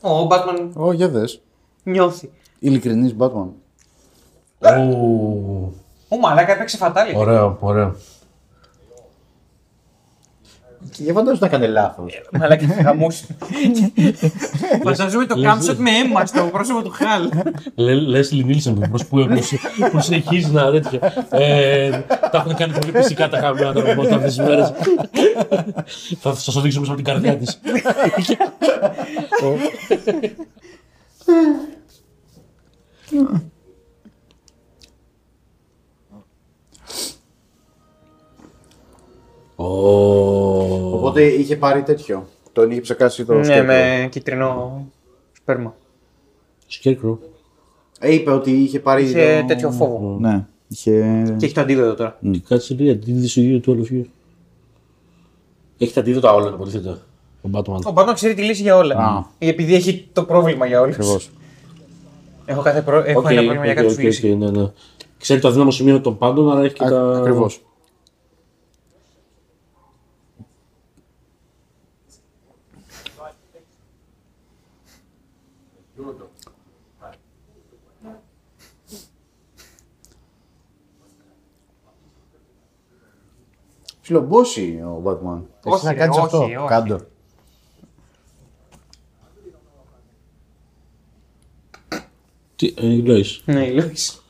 S2: Ο Μπάτμαν
S1: Ω, για δες.
S2: νιώθει.
S1: Ειλικρινής Batman.
S3: Ου,
S2: Ο μαλάκα έπαιξε φατάλι.
S3: Ωραίο, ωραίο.
S1: Και για φαντάζομαι να κάνει λάθο.
S2: Μαλάκα θα [laughs] χαμούσε. Φανταζούμε το κάμψοτ με αίμα στο πρόσωπο του Χαλ.
S3: Λες Νίλσεν, πώς που πώς- προσεχείς να τέτοιο. Ε, τα έχουν κάνει πολύ φυσικά τα χαμένα τα ρεπόρτα αυτές τις μέρες. Θα σας οδηγήσω μέσα από την καρδιά της. Ω.
S1: Οπότε είχε πάρει τέτοιο. Τον είχε ψεκάσει το
S2: Ναι,
S1: σκέτο.
S2: με κυτρινό σπέρμα.
S3: Scarecrow.
S1: Ε, είπε ότι είχε πάρει.
S2: Είχε
S1: το-
S2: τέτοιο φόβο.
S1: Ναι. Είχε.
S2: Και έχει το αντίδοτο τώρα.
S3: Κάτσε λέει αντίδυση του ίδιου του όλου Έχει τα αντίδοτα όλα, υποτίθεται. Ο Batman.
S2: Ο Μπάτμαν ξέρει τη λύση για όλα. Ε, Επειδή έχει το πρόβλημα για όλους.
S1: Ακριβώς.
S2: Έχω, κάθε προ... έχω
S3: Οκ,
S2: ένα πρόβλημα για
S3: οκ,
S2: κάποιου
S3: οκ,
S2: λύσει.
S3: οκ, ναι, ναι. Ξέρει το αδύναμο σημείο των πάντων, αλλά έχει και τα.
S1: Ακριβώς. Φιλομπόση ο Batman. Εσύ
S2: Όχι,
S1: θα κάνεις
S2: όχι,
S1: αυτό.
S2: όχι.
S1: Κάντο.
S3: Τι ε, λες.
S2: Ναι, η Λόις.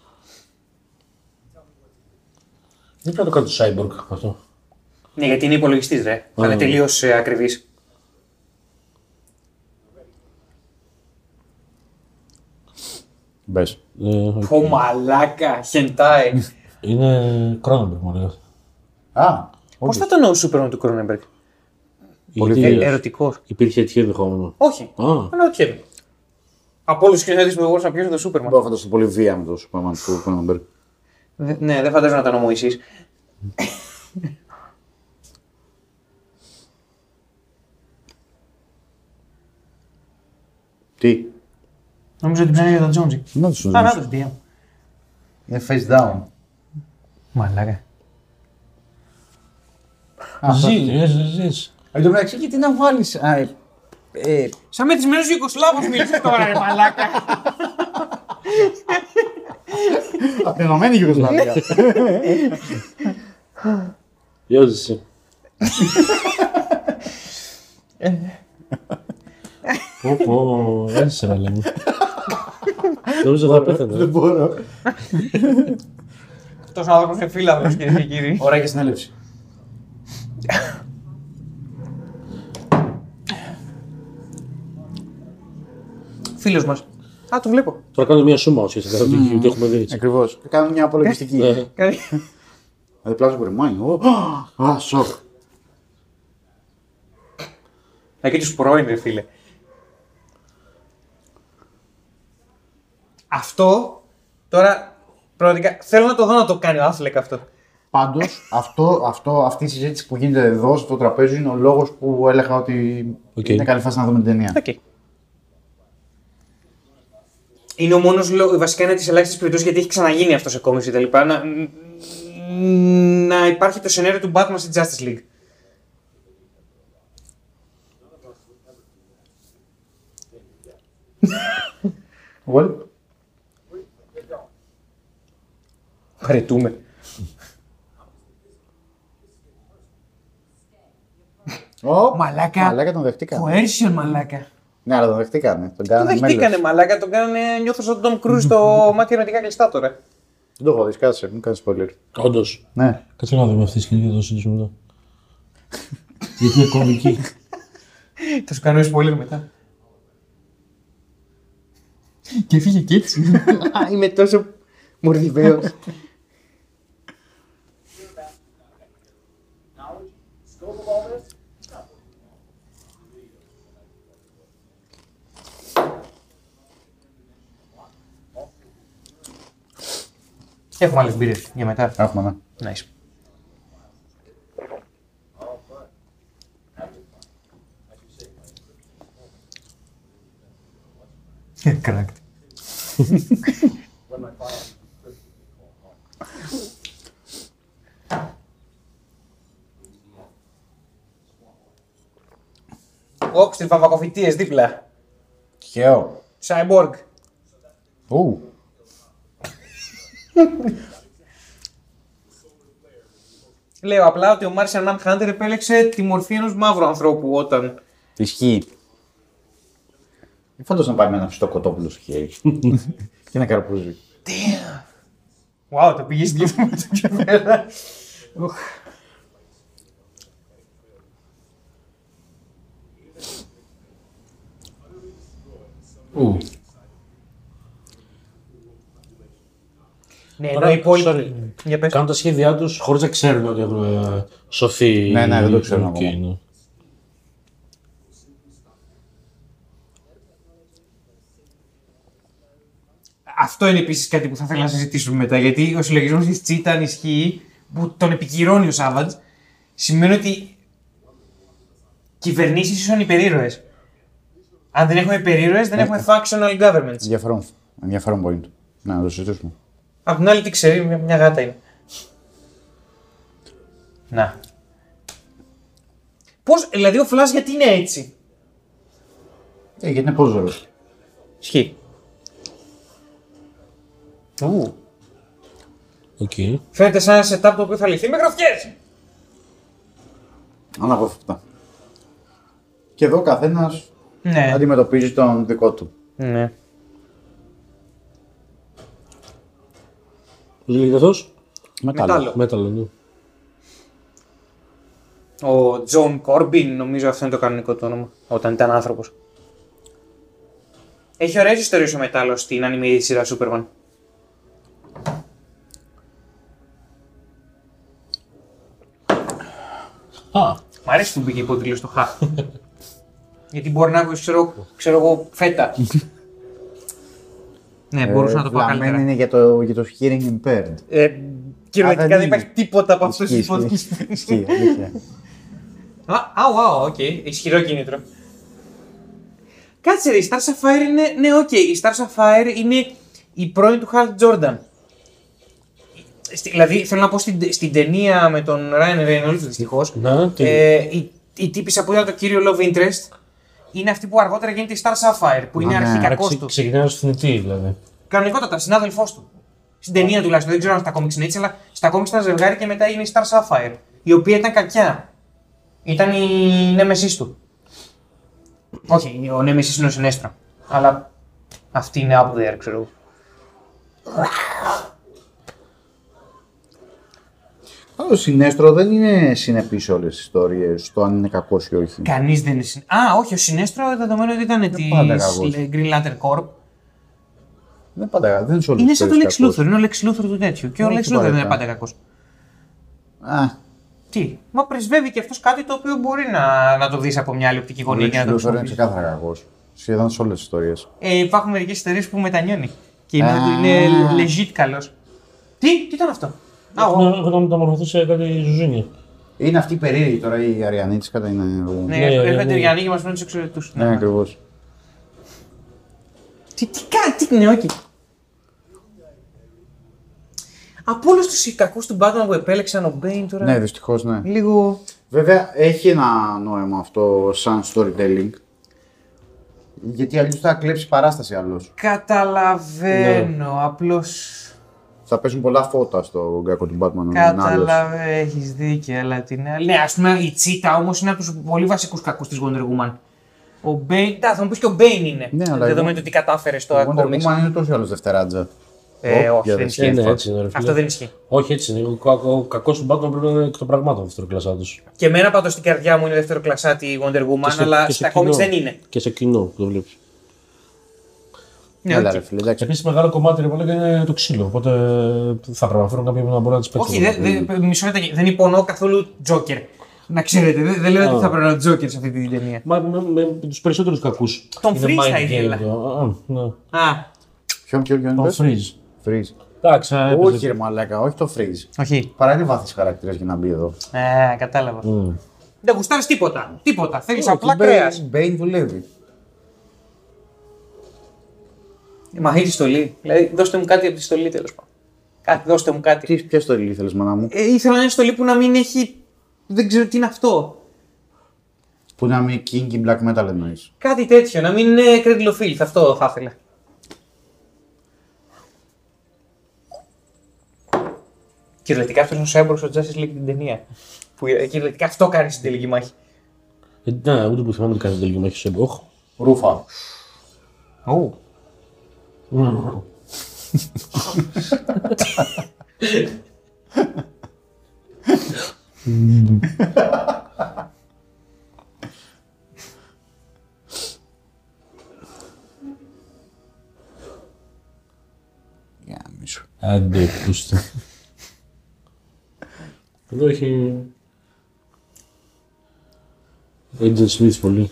S3: Δεν πρέπει να το κάνει το Cyborg αυτό.
S2: Ναι, γιατί είναι υπολογιστής, ρε. ε, Θα
S3: ναι.
S2: είναι τελείω ακριβής.
S1: Μπες.
S3: Ε,
S2: Πω μαλάκα, χεντάι.
S3: είναι Cronenberg μου λέει.
S1: Α,
S2: Πώς
S1: όντως.
S2: θα τον ο Σούπερον του Ε, Κρόνεμπεργκ,
S3: Πολύ
S2: Ερωτικό.
S3: ε, Υπήρχε τέτοιο ενδεχόμενο.
S2: Όχι.
S3: Α,
S2: Αναρωτιέμαι. Από όλους τους σκηνοθέτε που μπορούσαν να πιέσουν τον Σούπερμαν.
S1: Μπορώ να φανταστώ πολύ βία με το Superman του Cronenberg.
S2: Δε- Ναι, δεν φαντάζομαι να ήταν ο Μωυσής.
S1: Τι.
S2: Νομίζω ότι ψάχνει για τον Τζόντζι.
S1: Να τους
S2: Α,
S1: δούμε.
S2: να το DM.
S1: Είναι face down.
S2: Μαλάκα.
S3: ζει, ζεις, ζεις.
S1: Εν τω μεταξύ, γιατί να βάλεις. Ε,
S2: Σαν μεθυσμένο Ιουγκοσλάβο μίλησε τώρα, ρε Ε, μαλάκα.
S1: από την Ενωμένη Γιουγκοσλαβία.
S3: Γεια σας, εσύ. Ε, ναι. Πω πω, έσαι να λέμε. Νομίζω θα πέθανε.
S1: μπορώ.
S2: Αυτός ο άνθρωπος είναι φίλαμπρος, κυρίε και κύριοι.
S1: Ωραία και συνέλευση.
S2: Φίλος μας. Α, το βλέπω.
S3: Τώρα κάνω μια σούμα όσοι είστε ότι το έχουμε δει έτσι.
S1: Ακριβώς. Κάνουμε μια απολογιστική.
S3: Ε,
S2: Κάνει-
S1: Διπλάσιο κορυμάνι. Ω, Α, σοκ.
S2: Να Ε, και τους πρώην, ρε φίλε. Αυτό τώρα πραγματικά θέλω να το δω να το κάνει ο Άθλεκ αυτό.
S1: Πάντως, αυτό, αυτό, αυτή η συζήτηση που γίνεται εδώ στο τραπέζι είναι ο λόγος που έλεγα ότι
S3: Οκ.
S1: είναι καλή φάση να δούμε την ταινία.
S2: Okay. Είναι ο μόνος λόγο, βασικά είναι της ελάχιστης περιπτώσει γιατί έχει ξαναγίνει αυτό σε κόμιση κτλ. Να, να υπάρχει το σενάριο του Batman στη Justice League.
S1: Well,
S2: Παρετούμε.
S1: Ω,
S2: Μαλάκα.
S1: Μαλάκα τον δεχτήκανε.
S2: Coercion, μαλάκα.
S1: Ναι, αλλά τον δεχτήκανε. Τον
S2: Το
S1: κάνανε
S2: δεχτήκανε,
S1: μέλος.
S2: μαλάκα. Τον κάνανε, νιώθω σαν τον Κρούζ [laughs] στο μάτι ερωτικά κλειστά τώρα.
S1: Δεν το έχω δει, κάτσε, μην κάνεις spoiler.
S3: Όντως.
S1: Ναι.
S3: Κάτσε να δούμε αυτή τη σκηνή και θα το συζητήσουμε [laughs] μετά. Γιατί είναι κομική.
S2: Θα σου κάνω spoiler μετά. Και φύγε και έτσι. Είμαι τόσο μορδιβαίο. Έχουμε άλλες μπύρες για μετά.
S1: Έχουμε, ναι.
S2: Nice. Cracked. Όξ, τις βαμβακοφυτίες δίπλα.
S1: Τυχαίο.
S2: Cyborg.
S1: Ου.
S2: Λέω απλά ότι ο Martian Manhunter επέλεξε τη μορφή ενός μαύρου ανθρώπου όταν
S1: Ισχύει. Δεν Ε, φαντάζομαι να πάει με ένα ψητό κοτόπουλο στο [laughs] χέρι. και ένα καρπούζι.
S2: Wow, το πήγες [laughs] σκέφτομαι το και πέρα. Ουχ.
S3: Ου.
S2: Ναι,
S3: Τώρα,
S2: ενώ οι υπόλοιποι-
S3: sorry.
S2: Για πες.
S3: [laughs] Κάνουν τα σχέδιά τους χωρίς να ξέρουν ότι έχουν ε, σωθεί.
S1: Ναι, ναι, δεν το ξέρουν
S3: ξέρω
S1: ακόμα.
S2: Αυτό είναι επίσης κάτι που θα ήθελα να συζητήσουμε μετά. Γιατί ο συλλογισμός της Τσίτα αν ισχύει, που τον επικυρώνει ο Σάββατ, σημαίνει ότι κυβερνήσεις ίσως είναι υπερήρωες. Αν δεν έχουμε υπερήρωες, δεν έχουμε factional governments.
S1: Ενδιαφέρον. Ενδιαφέρον point. Ναι, να το συζητήσουμε.
S2: Απ' την άλλη, τι ξέρει, μια- μια γάτα είναι. Να. Πώς, δηλαδή ο Φλας γιατί είναι έτσι.
S1: Ε, γιατί είναι πόζορο.
S2: Ισχύει.
S3: Οκ.
S2: Φαίνεται σαν ένα setup το οποίο θα λυθεί με γραφιέ.
S1: Αναπόφευκτα. Και εδώ καθένα Ε.
S2: Ναι.
S1: αντιμετωπίζει τον δικό του.
S2: ναι.
S3: Πώ λέγεται αυτό.
S2: Μετάλλο.
S3: Μέταλλο, ναι.
S2: Ο Τζον Κόρμπιν, νομίζω αυτό είναι το κανονικό του όνομα, όταν ήταν άνθρωπος. Έχει ωραίες ιστορίες ο Μετάλλος στην ανημερή σειρά Superman.
S3: Α,
S2: Μ' αρέσει που μπήκε υπότιτλο στο [laughs] χα. Γιατί μπορεί να ακούσει, ξέρω, ξέρω εγώ, φέτα. ναι, μπορούσα να το πω
S1: βλαμμένη
S2: καλύτερα.
S1: είναι Ε, για το, για το hearing impaired.
S2: Ε,
S1: Α,
S2: κυριολεκτικά
S1: δεν
S2: δεν υπάρχει
S1: είναι.
S2: τίποτα από αυτό
S1: Ισχύει,
S2: του podcast.
S1: ισχύει. Ισχύει, αλήθεια. [laughs]
S2: Α, αου, αου, οκ. Ισχυρό κίνητρο. Κάτσε ρε, η Star Sapphire είναι... Ναι, οκ. Η Star Sapphire είναι η πρώην του Χαλ Τζόρνταν. Στη- Δηλαδή, θέλω να πω στην, στην ταινία με τον Ryan Reynolds, δυστυχώς.
S3: Να, τι.
S2: Ε, η, η τύπησα που ήταν το κύριο Love Interest είναι αυτή που αργότερα γίνεται η Star Sapphire, που είναι
S1: Α, ναι.
S2: αρχικά
S3: άρα
S2: κακό
S3: ξε-
S2: του.
S3: ξεκινάει ω θνητή δηλαδή.
S2: Κανονικότατα, συνάδελφός του. Στην ταινία τουλάχιστον, δεν ξέρω αν στα κόμιξ είναι έτσι, αλλά στα κόμιξ ήταν ζευγάρι και μετά είναι η Star Sapphire, η οποία ήταν κακιά. Ήταν η νέμεσή του. Όχι, ο νέμεσή είναι ο Συνέστρα. Αλλά αυτή είναι up there, ξέρω εγώ.
S1: Το συνέστρο δεν είναι συνεπής όλες τις ιστορίες το αν είναι κακός ή όχι.
S2: Κανείς δεν είναι. συν- Α, όχι, ο Συνέστρο δεδομένου ότι ήταν της
S1: πάντα κακός.
S2: Green Lantern Corp.
S1: Δεν πάντα, δεν είναι σε όλες
S2: Είναι
S1: τις
S2: σαν τον Lex
S1: ιστορίες
S2: Luthor, είναι ο Lex Luthor του τέτοιου. Και ο
S1: Όχι
S2: Lex Luthor δεν είναι
S1: απαραίτητα.
S2: πάντα κακός.
S1: κακός. Α,
S2: Τι, μα πρεσβεύει και αυτός κάτι το οποίο μπορεί να, να το δεις από μια άλλη οπτική
S1: ο
S2: γωνία και να
S1: Lex
S2: το
S1: Luthor είναι
S2: χρησιμοποιήσεις.
S1: ξεκάθαρα κακός. Σχεδόν σε όλες τις ιστορίες.
S2: Ε, υπάρχουν μερικές εταιρείε που μετανιώνει. Και είναι,
S1: Α.
S2: είναι legit καλός. Τι, τι ήταν αυτό. Α, ο-
S3: Έχω να μεταμορφωθεί σε κάτι ζουζούνια.
S1: Είναι αυτή η περίεργη τώρα η Αριανίτη κατά είναι.
S2: Ναι,
S3: ναι, ναι,
S2: έρχονται
S3: ναι.
S2: οι Ιαννοί και μας φέρνουν του εξαιρετού.
S1: Ναι, ακριβώς.
S2: Τι, τι κάνει, τι ναι, όχι. Από όλους τους κακούς του Batman που επέλεξαν ο Bane τώρα.
S1: Ναι, δυστυχώς ναι.
S2: Λίγο.
S1: Βέβαια έχει ένα νόημα αυτό σαν storytelling. Γιατί αλλιώς θα κλέψει παράσταση άλλος.
S2: Καταλαβαίνω.
S1: Ναι.
S2: Απλώς.
S1: Θα πέσουν πολλά φώτα στο γκάκο του Batman.
S2: Καταλαβαίνω. Έχεις δίκιο, αλλά την άλλη. Ναι, ας πούμε η Τσίτα όμως είναι από τους πολύ βασικούς κακούς της Wonder Woman. Ο Bane. Τα, θα μου πεις και ο Bane είναι.
S1: Ναι, αλλά
S2: Δεδομένου
S1: εγώ-
S2: ότι κατάφερε στο
S1: Το Wonder
S2: κόμιξ.
S1: Woman είναι τόσο άλλος δευτεράτζα.
S2: Ε,
S1: Ω,
S2: όχι,
S1: για
S2: δεν
S1: δε-
S2: ισχύει.
S3: Ε, ναι, έτσι είναι. ρε φίλε.
S2: Αυτό δεν ισχύει.
S3: Όχι, έτσι είναι. Ο, κακ- ο κακός του Batman πρέπει να είναι εκ των πραγμάτων δεύτερο κλασάτο.
S2: Και εμένα πάντως στην καρδιά μου είναι δεύτερο κλασάτι η Wonder Woman, αλλά στα κόμιξ δεν είναι.
S3: Και σε κοινό που το βλέπεις.
S2: Ναι,
S1: Έλα,
S2: οκ.
S1: ρε φίλε, εντάξει.
S3: Επίσης, μεγάλο κομμάτι ρε παλέκα, είναι το ξύλο. Οπότε θα πρέπει να φέρουν κάποιον που να μπορεί να τι παίξει.
S2: Όχι, δεν- δεν- μισό λεπτό, δεν υπονοώ καθόλου Τζόκερ. Να ξέρετε, δεν, δεν λέω ότι θα πρέπει να είναι Τζόκερ σε αυτή την ταινία.
S3: Μα με, με, τους περισσότερους κακούς.
S2: Τον Freeze θα ήθελα. Α,
S1: Ποιον, ποιον, ποιον.
S3: ναι. Τον
S1: πες?
S3: Freeze.
S1: Freeze.
S3: Εντάξει, ε, έπαιζε.
S1: Όχι, ρε Μαλάκα, όχι το Freeze.
S2: όχι.
S1: Παρά είναι βάθο χαρακτήρας για να μπει εδώ.
S2: Ε, κατάλαβα. Δεν γουστάρεις τίποτα. Τίποτα. Θέλεις απλά
S1: Μπέιν-
S2: κρέα.
S1: Μπέιν δουλεύει.
S2: Μαχή Ε, τη στολή. Δηλαδή, δώστε μου κάτι από τη στολή τέλος πάντων. Κάτι, δώστε μου κάτι.
S1: Τι, ποια στολή ήθελε, μάνα μου.
S2: Ε, ήθελα να είναι στολή που να μην έχει. Δεν ξέρω τι είναι αυτό.
S1: Που να μην King in Black Metal εννοείς.
S2: Κάτι τέτοιο, να μην είναι cradle of filth. Αυτό θα ήθελα. Κυριολεκτικά αυτός είναι ο Cyborg στο Justice League την ταινία. Που ε, κυριολεκτικά αυτό κάνει στην τελική μάχη.
S3: Ε, Ναι, ούτε που θυμάμαι ότι κάνει τελική μάχη σε μποχ.
S1: Ρούφα.
S2: Ου.
S1: Για μισό.
S3: Άντε, πούστε. [laughs] Εδώ έχει. Agent Smith πολύ.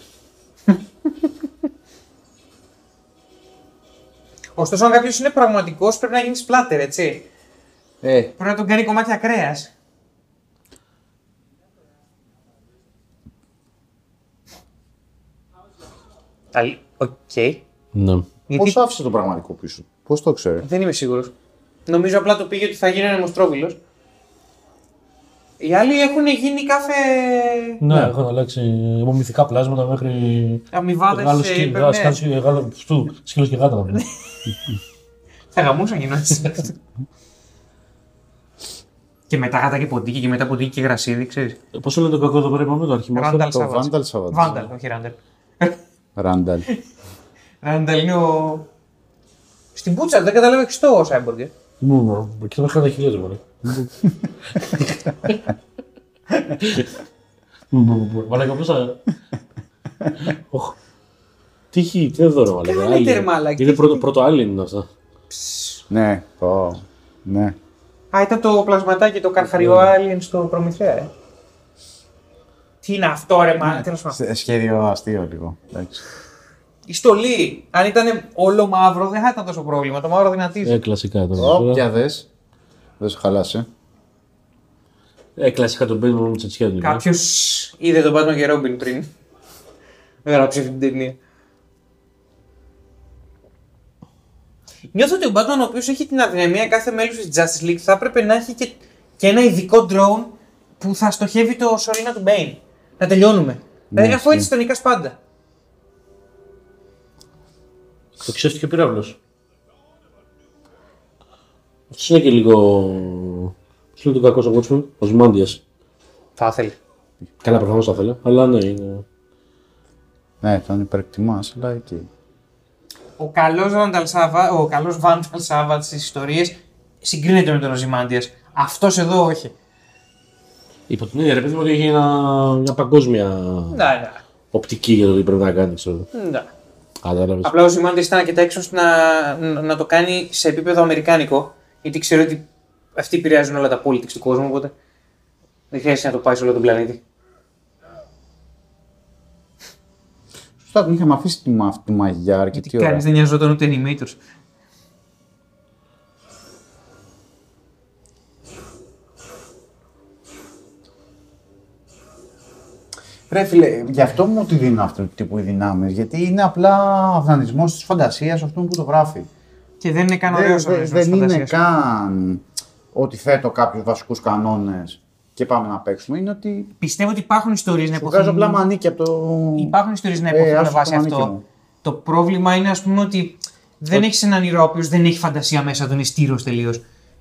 S2: Ωστόσο, αν κάποιος είναι πραγματικός, πρέπει να γίνεις σπλάτερ, έτσι.
S1: Ε,
S2: Πρέπει να τον κάνει κομμάτια κρέα. Οκ.
S3: Ναι.
S2: Γιατί
S1: πώς άφησε το πραγματικό πίσω. Πώς το ξέρει.
S2: Δεν είμαι σίγουρος. Νομίζω απλά το πήγε ότι θα γίνει ένα μοστρόβιλο. Οι άλλοι έχουν γίνει κάθε.
S3: Ναι, έχουν αλλάξει από μυθικά πλάσματα μέχρι.
S2: Αμοιβάδες,
S3: Γάλλο
S2: ε,
S3: και
S2: είπε,
S3: γάλα-
S2: ναι.
S3: σκάλος και [laughs] γάλα- φτού, σκύλος και γάτα. να πούμε.
S2: Θα γαμούσαν γινόταν αυτό. και μετά γάτα και ποντίκι και μετά ποντίκι και γρασίδι, ξέρεις.
S3: Ε, Πώς λένε το κακό εδώ πέρα, είπαμε το αρχιμάστρο.
S2: Ράνταλ
S1: Το
S2: Σάββατ.
S1: Vandal Savage.
S2: Βάνταλ, όχι Ράνταλ.
S1: Ράνταλ.
S2: Ράνταλ είναι ο. Στην πούτσα δεν καταλάβει εξτό ο Σάιμποργκ.
S3: Μου, μου, Εκεί μέχρι τα χιλιάδες μπορεί. ναι, Μαλάκα πώς θα... Οχ. Τι έχει, τι είναι εδώ ρε μαλάκα.
S2: Κάνε
S3: Alien.
S2: τερμάλα,
S3: Είναι
S2: τι-
S3: πρώτο, πρώτο alien είναι αυτά.
S1: [laughs] Ναι, το. Ναι.
S2: Α, ήταν το πλασματάκι το καρχαριό Alien στο Προμηθέα, ε. Τι είναι αυτό, ρε, μα. Τέλος πάντων.
S1: Σε- Σχέδιο αστείο λίγο. εντάξει.
S2: Η στολή, αν ήταν όλο μαύρο, δεν θα ήταν τόσο πρόβλημα. Το μαύρο δυνατίζει.
S3: Ε, κλασικά
S1: Ω,
S3: τώρα.
S1: πια δες. Δεν σε χαλάσει.
S3: Ε, κλασικά τον παίρνει μόνο με τσατσιά του.
S2: Κάποιος είδε τον Batman και Robin πριν. Γράψε αυτή την ταινία. Νιώθω ότι ο Batman, ο οποίος έχει την αδυναμία κάθε μέλους της Justice League, θα έπρεπε να έχει και, και ένα ειδικό drone που θα στοχεύει το σωλήνα του Bane. Να τελειώνουμε. δηλαδή, αφού έτσι τον νικάς πάντα.
S3: Το ξέφτηκε ο πυράβλος. Αυτός είναι και λίγο... Ποιος είναι το κακός ο Watchmen, ο Σμάντιας.
S2: Θα ήθελε.
S3: Καλά προφανώς θα θέλει, αλλά ναι, είναι...
S1: Ναι, τον υπερκτιμά, αλλά εκεί.
S2: ο καλός Βάνταλ Σάβα, ο καλός Βάνταλ Σάβα στις ιστορίες συγκρίνεται με τον Οζημάντιας. Αυτός εδώ όχι.
S3: Υπό την ίδια ρε παιδί μου ότι έχει ένα- μια παγκόσμια
S2: Ναι, ναι.
S3: οπτική για το τι πρέπει να κάνει. ξέρω.
S2: ναι.
S3: Κατάλαβες.
S2: Απλά ο Σιμάντε ήταν αρκετά έξω ώστε να, να- να το κάνει σε επίπεδο αμερικάνικο. Γιατί ξέρω ότι αυτοί επηρεάζουν όλα τα politics του κόσμου, οπότε δεν χρειάζεται να το πάει σε όλο τον πλανήτη.
S1: Σωστά, τον είχαμε αφήσει τη, μα- τη μαγιά αρκετή ώρα.
S2: δεν νοιαζόταν ούτε animators.
S1: Ρε φίλε, γι' αυτό μου τη δίνουν αυτού του τύπου οι δυνάμεις. Γιατί είναι απλά αυνανισμός της φαντασίας αυτού που το γράφει.
S2: Και δεν είναι καν
S1: Δεν-
S2: ωραίο
S1: δεν- δεν είναι καν ότι θέτω κάποιους βασικούς κανόνες και πάμε να παίξουμε. Είναι ότι
S2: Πιστεύω ότι υπάρχουν ιστορίες να
S1: σου βγάζω απλά
S2: υποθούν.
S1: μανίκι από το.
S2: Υπάρχουν ιστορίες να
S1: Ε,
S2: υποθούν με
S1: άσε το
S2: βάση
S1: μανίκι
S2: αυτό.
S1: μου.
S2: Το πρόβλημα είναι, ας πούμε, ότι δεν έχεις έναν ήρωα ο οποίος δεν έχει φαντασία μέσα του, είναι στήρο τελείω.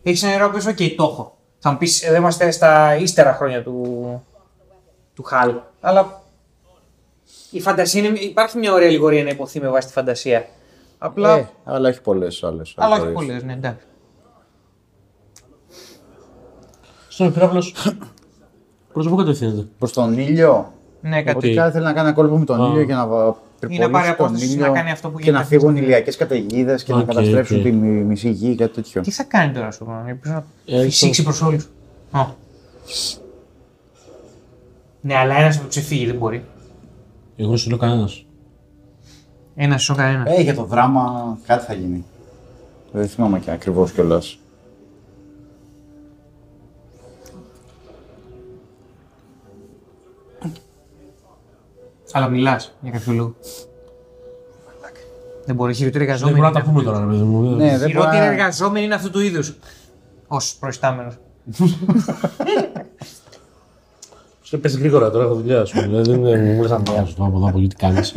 S2: Έχεις έναν ήρωα ο οποίος, OK, το έχω. Θα μου πεις, εδώ είμαστε στα ύστερα χρόνια του, του Χαλ. Αλλά η φαντασία είναι, υπάρχει μια ωραία λιγορία να υποθεί με βάση τη φαντασία. Απλά.
S1: Ε, αλλά έχει πολλές άλλες.
S2: αλλά όχι πολλές, ναι, εντάξει.
S3: Στον Επίραυλο. Προ πού κατευθύνεται.
S1: Προς τον ήλιο.
S2: Ναι, κάτι.
S1: Ότι κάτι θέλει να κάνει ένα κόλπο με τον
S3: Α.
S1: ήλιο για να βα- πυρπολίσει
S2: πάρει
S1: τον
S2: απόσταση, να
S1: ήλιο
S2: κάνει αυτό που
S1: Και
S2: γίνεται
S1: να
S2: αυτή τη
S1: φύγουν
S2: στιγμή.
S1: ηλιακές καταιγίδες και να
S3: Οκ,
S1: καταστρέψουν
S3: οκ.
S1: τη μη- μισή γη, κάτι τέτοιο.
S2: Τι θα κάνει τώρα, σου πούμε, ελπίζω να
S3: Ε,
S2: φυσήξει προς όλους. Ναι, αλλά ένας θα ξεφύγει, δεν μπορεί.
S3: Εγώ σου λέω κανένας.
S2: Ένα ίσω κανένα.
S1: Ε, για το δράμα κάτι θα γίνει. Δεν θυμάμαι και ακριβώς κιόλας.
S2: Αλλά μιλάς για κάποιο λόγο. Δεν μπορεί. Χειρότερη
S3: Δεν
S2: εργαζόμενη.
S3: μπορούμε να
S2: είναι
S3: τα πούμε τώρα, ρε παιδί μου.
S1: Ναι,
S2: αυτή.
S1: δεν μπορεί
S2: Χειρότερη
S1: να-
S2: εργαζόμενη είναι αυτού του είδους. Ως προϊστάμενος.
S3: Σε πες γρήγορα τώρα, έχω δουλειά σου. Δηλαδή, δεν είναι- μου λες να μοιάζω τώρα από εδώ από εκεί τι κάνεις.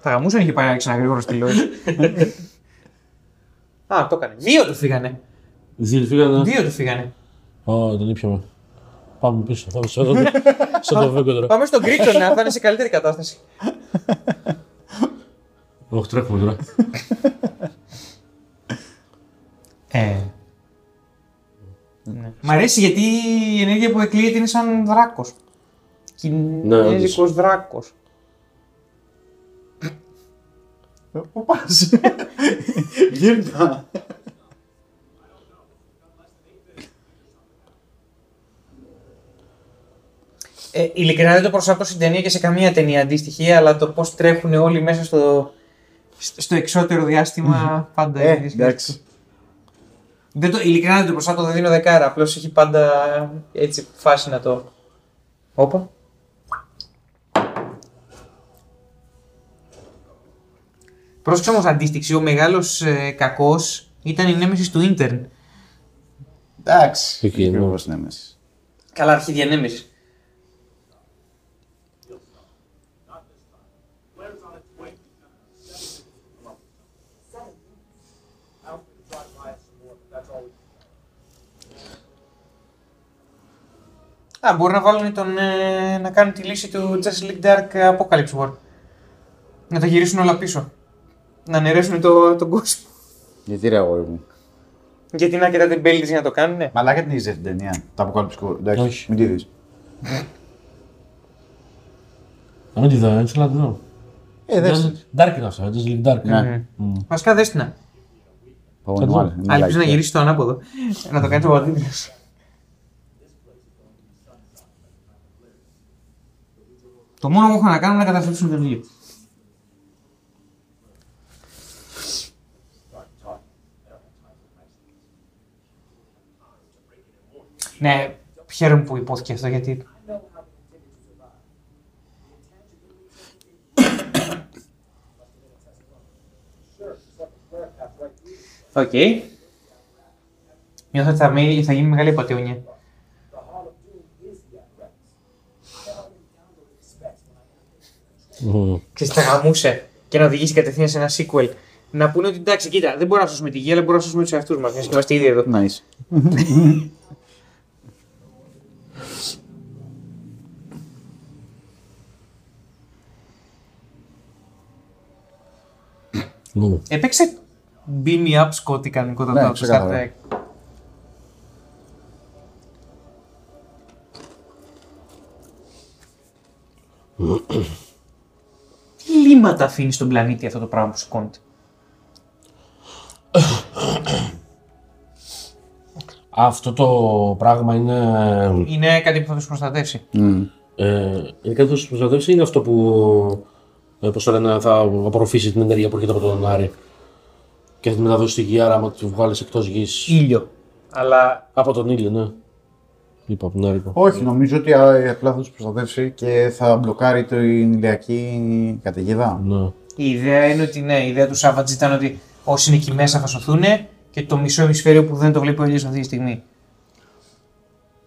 S2: Θα γαμούσαν είχε πάει ένα γρήγορο τηλεόραση. [laughs] Α, το έκανε. Δύο του φύγανε.
S3: Δύο φύγανε.
S2: Δύο του φύγανε.
S3: Ω, τον ήπιαμε. Πάμε πίσω, πάμε σε εδώ. Σε το βέγκο τώρα.
S2: Πάμε στον Κρίκτονα, θα είναι σε καλύτερη κατάσταση.
S3: Όχι, τρέχουμε τώρα.
S2: Ε. Ναι. Μ' αρέσει γιατί η ενέργεια που εκλείεται είναι σαν δράκος. Κινέζικος δράκος.
S1: Πού πα. Γύρνα.
S2: Ε, ειλικρινά δεν το προσάπτω στην ταινία και σε καμία ταινία αντίστοιχη, αλλά το πώς τρέχουν όλοι μέσα στο, στο εξώτερο διάστημα πάντα
S1: Ε,
S2: είναι
S1: εντάξει.
S2: Δεν το, ειλικρινά δεν το προσάπτω, δεν δίνω δεκάρα. Απλώς έχει πάντα έτσι φάση να το. Όπα. Πρόσεξε όμως αντίστοιξη, ο μεγάλος ε, κακός ήταν η νέμεσης του ίντερν.
S1: Εντάξει.
S3: Εκεί, ναι.
S1: Ακριβώ ναι, μέσα.
S2: Καλά, αρχίδια νέμεσης. Α, μπορεί να βάλουν τον, ε, να κάνουν τη λύση του Justice League Dark Apocalypse War. Να τα γυρίσουν όλα πίσω. Να αναιρέσουν το, τον κόσμο.
S1: Γιατί ρε αγόρι μου.
S2: Γιατί να κοιτάτε μπέλη για να το κάνουνε.
S1: Μαλάκα την είδε την ταινία. Τα αποκαλυψικό. Εντάξει.
S3: Όχι.
S1: Μην τη δεις.
S3: Να μην τη δω, έτσι, αλλά τη δω.
S1: Ε, δεν.
S3: Dark είναι αυτό, έτσι, λίγο dark.
S1: Ναι.
S2: Βασικά δέστηνα. Αν ελπίζω να γυρίσει το ανάποδο. να το κάνει ο Βαδίδη. Το μόνο που έχω να κάνω είναι να καταστρέψουν τον ήλιο. Ναι, χαίρομαι που υπόθηκε αυτό γιατί. Οκ. Νιώθω ότι θα, με- θα γίνει μεγάλη πατεωνία.
S3: Μμμ.
S2: ξέρεις, θα γαμούσε και να οδηγήσει κατευθείαν σε ένα sequel. Να πούνε ότι εντάξει, κοίτα, δεν μπορούμε να σώσουμε τη γη, αλλά μπορούμε να σώσουμε τους εαυτούς μας. Γιατί είμαστε ήδη εδώ.
S1: Να είσαι.
S3: Μμμ.
S2: Έπαιξε beam me up σκότη κανονικότατα
S1: Ναι,
S2: από το Star
S1: ξεκάθαρα.
S2: Trek. Τι λίματα αφήνεις στον πλανήτη αυτό το πράγμα που σηκώνεται.
S3: Αυτό το πράγμα είναι.
S2: Είναι κάτι που θα τους προστατεύσει.
S3: Ε, είναι κάτι που σου προστατεύσει ή είναι αυτό που. Ε, πώς το λένε, θα απορροφήσει την ενέργεια που έρχεται από τον Άρη και θα τη μεταδώσει στη γη, άρα άμα τη βγάλεις εκτός γης.
S2: Ήλιο. Αλλά
S3: Από τον ήλιο, ναι. Είπα από τον Άρη. είπα.
S1: Όχι, νομίζω ότι α, απλά θα τους προστατεύσει και θα μπλοκάρει την ηλιακή καταιγίδα.
S3: Ναι.
S2: η ιδέα είναι ότι ναι, η ιδέα του Σάββατζ ήταν ότι όσοι είναι εκεί μέσα θα σωθούν και το μισό ημισφαίριο που δεν το βλέπει ο ήλιος αυτή τη στιγμή.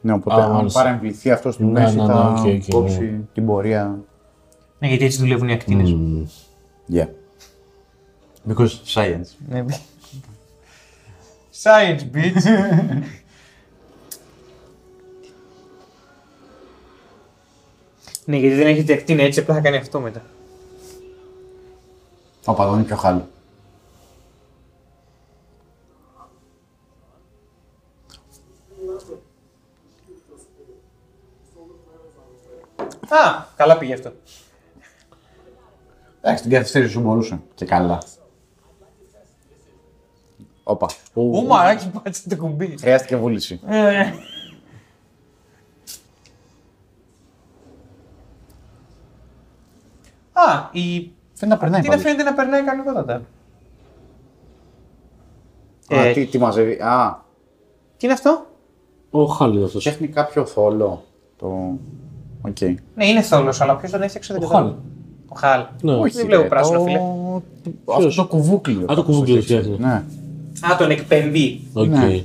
S1: Ναι, οπότε
S3: Α,
S1: αν
S3: μάλιστα.
S1: παρεμβληθεί αυτός στη
S3: Ναι,
S1: μέση
S3: ναι, ναι,
S1: θα
S3: οκ, οκ,
S1: κόψει την πορεία.
S2: Ναι, γιατί έτσι δουλεύουν οι ακτίνες.
S1: Yeah. Because science.
S2: Ναι. Science, bitch. ναι, γιατί δεν έχετε ακτίνα έτσι, απλά θα κάνει αυτό μετά.
S1: Ο παδόν είναι πιο χάλο.
S2: Α, καλά πήγε αυτό.
S1: Εντάξει, την καθυστέρηση σου μπορούσε. Και καλά. Όπα.
S2: Ο μαράκι πάτσε το κουμπί.
S1: Χρειάστηκε βούληση.
S2: Ε. Α, η
S1: Φαίνεται να περνάει.
S2: Τι να
S1: πάντως.
S2: φαίνεται να περνάει κανονικότατα.
S1: Α,
S2: Ε,
S1: τι, τι μαζεύει. Α,
S2: Τι είναι αυτό?
S3: Ο Χάλι αυτό.
S2: Ε,
S1: φτιάχνει κάποιο θόλο. Το. Οκ.
S2: Ναι, είναι θόλος, αλλά ποιος τον έφτιαξε δεν
S3: Ο
S2: κατάλαβα.
S3: Χάλι.
S2: Ο Χάλ.
S3: Ναι.
S2: Όχι, δεν βλέπω πράσινο, φίλε.
S1: Το... Αυτό το κουβούκλιο.
S3: Α, το κουβούκλιο το φτιάχνει.
S1: Ναι.
S2: Α, τον εκπαιδεί.
S3: Οκ.
S1: Ναι.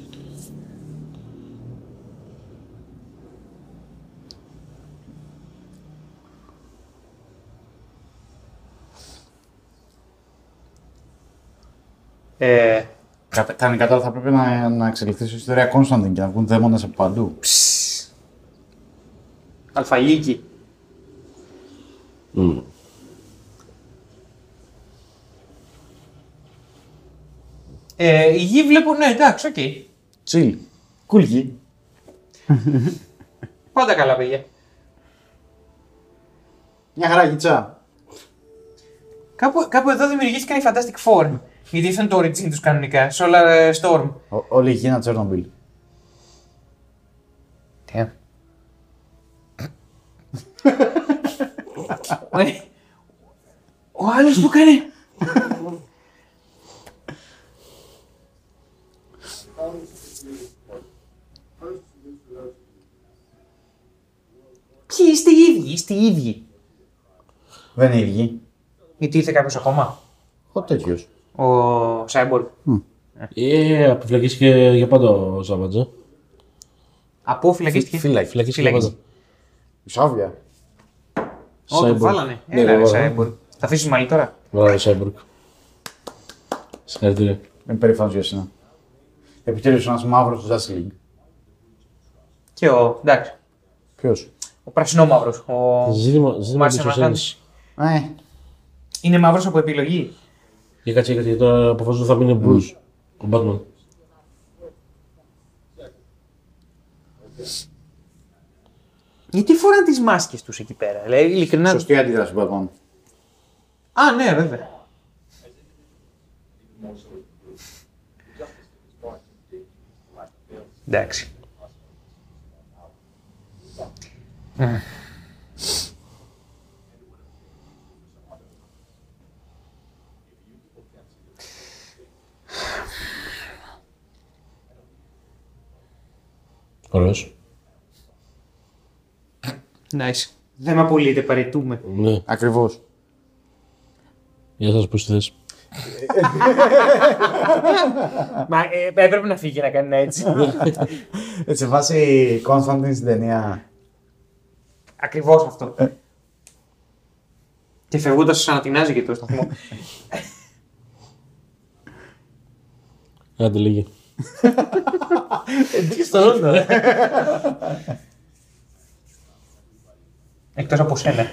S2: Ε,
S1: Κα- Κανονικά τώρα θα πρέπει να, να εξελιχθεί η ιστορία Κόνσταντιν και να βγουν δαίμονε από παντού.
S2: αλφαλίκι. Ε, η γη βλέπω, ναι, εντάξει, οκ.
S1: Τσιλ. Κούλγι.
S2: Πάντα καλά, παιδιά.
S1: Μια χαρά γιτσα.
S2: Κάπου, κάπου εδώ δημιουργήθηκαν οι Fantastic Four. Γιατί ήταν το origin τους κανονικά, Solar ε, Storm.
S1: Ό- Όλη η γη είναι Τσέρνομπιλ.
S2: Damn. Ε, Ο άλλος που κάνει. Ποιοι είστε οι ίδιοι, είστε οι ίδιοι.
S1: Δεν είναι η γη.
S2: Γιατί ήρθε κάποιος ακόμα,
S1: Ο τέτοιος.
S2: ο Cyborg.
S3: Ε, αποφυλακίστηκε για πάντα ο Σάββατζα.
S2: Από φυλακίστηκε.
S1: Φύλακη.
S3: Φυλακίστηκε για πάντα.
S1: Σάβια.
S2: Ω, τον
S3: Cyborg.
S2: βάλανε.
S3: Ναι,
S2: Έλα,
S3: τον
S2: ρε,
S3: βάλανε.
S2: Cyborg. Θα αφήσεις μαλλί τώρα.
S3: Μπράβο, Σάιμπουργκ. Συγχαρητήρια.
S1: Είμαι περήφανος για σένα. Επιτέλους ένας μαύρος του Justice League.
S2: Και ο, εντάξει,
S1: Ποιος.
S2: ο πρασινόμαυρος. Ο...
S3: Ζήτημα, ζήτημα
S2: Μάρτιν
S3: εμπιστοσύνη.
S1: Ε,
S2: Είναι μαύρος από επιλογή.
S3: Για κάτσε, για κάτσε, γιατί τώρα αποφασίζω ότι θα μείνει ο Μπρουζ. Ο Μπάτμαν.
S2: Γιατί φοράνε τις μάσκες τους εκεί πέρα, δηλαδή ειλικρινά.
S1: σωστή αντίδραση του Batman.
S2: Α, ναι, βέβαια. Εντάξει. Μμμ.
S3: Ωραίος.
S2: Nice. Δεν με απολύετε, παρετούμε.
S3: Ναι.
S1: Ακριβώς.
S3: Γεια σας, πώς τη θέση.
S2: Μα ε, έπρεπε να φύγει να κάνει ένα έτσι.
S1: Ε, Σε βάση Κόνσταντιν στην ταινία.
S2: Ακριβώς αυτό. Και φεύγοντας, σα ανατινάζει και το σταθμό.
S3: Άντε λίγη.
S2: Εκτός από σένα.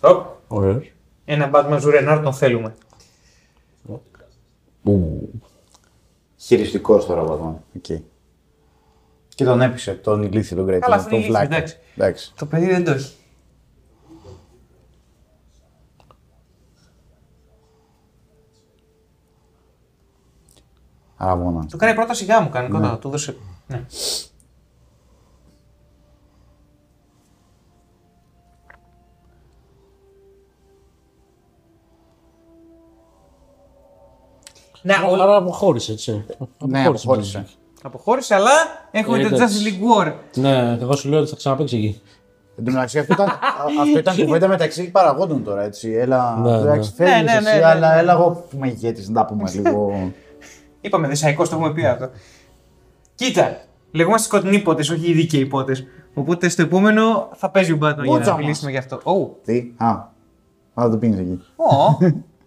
S2: Stop.
S3: Ωραίος.
S2: Ένα Batman Zurenar τον θέλουμε.
S1: Χειριστικό τώρα βαθμό. Εκεί. Και τον έπεισε τον ηλίθιο τον Great.
S2: Καλά, αυτόν
S1: τον
S2: είναι ηλίθιος,
S1: βλάκα.
S2: εντάξει.
S1: εντάξει.
S2: Το παιδί δεν το έχει.
S1: Αραβόνα.
S2: Του κάνει πρώτα σιγά μου, κανονικό ναι. του δώσε. Ναι. Να, Ναι, ο-
S3: Άρα αποχώρησε, έτσι.
S1: Ναι, αποχώρησε.
S2: αποχώρησε, αλλά έχουμε το
S3: Εντάξει.
S2: Justice League War.
S3: Ναι, εγώ σου λέω ότι θα ξαναπέξει εκεί.
S1: Εν τω μεταξύ, αυτό
S2: [laughs]
S1: ήταν, α- αυτό ήταν κουβέντα μεταξύ παραγόντων τώρα. Έτσι. Έλα,
S3: Ναι,
S1: εντάξει,
S3: ναι.
S1: φεύγεις
S2: Ναι, ναι,
S1: εσύ,
S2: ναι, ναι,
S1: αλλά
S2: ναι.
S1: έλα εγώ που είμαι ηγέτης, να τα πούμε λίγο.
S2: Είπαμε δεσαϊκό, το έχουμε πει αυτό. Κοίτα, λεγόμαστε σκοτεινοί πότες, όχι οι δίκαιοι πότες. Οπότε στο επόμενο θα παίζει ο Batman για
S1: Μπούτσα
S2: να
S1: μας.
S2: μιλήσουμε γι' αυτό. Ω,
S1: Τι, α, α, το πίνεις εκεί.
S2: ω,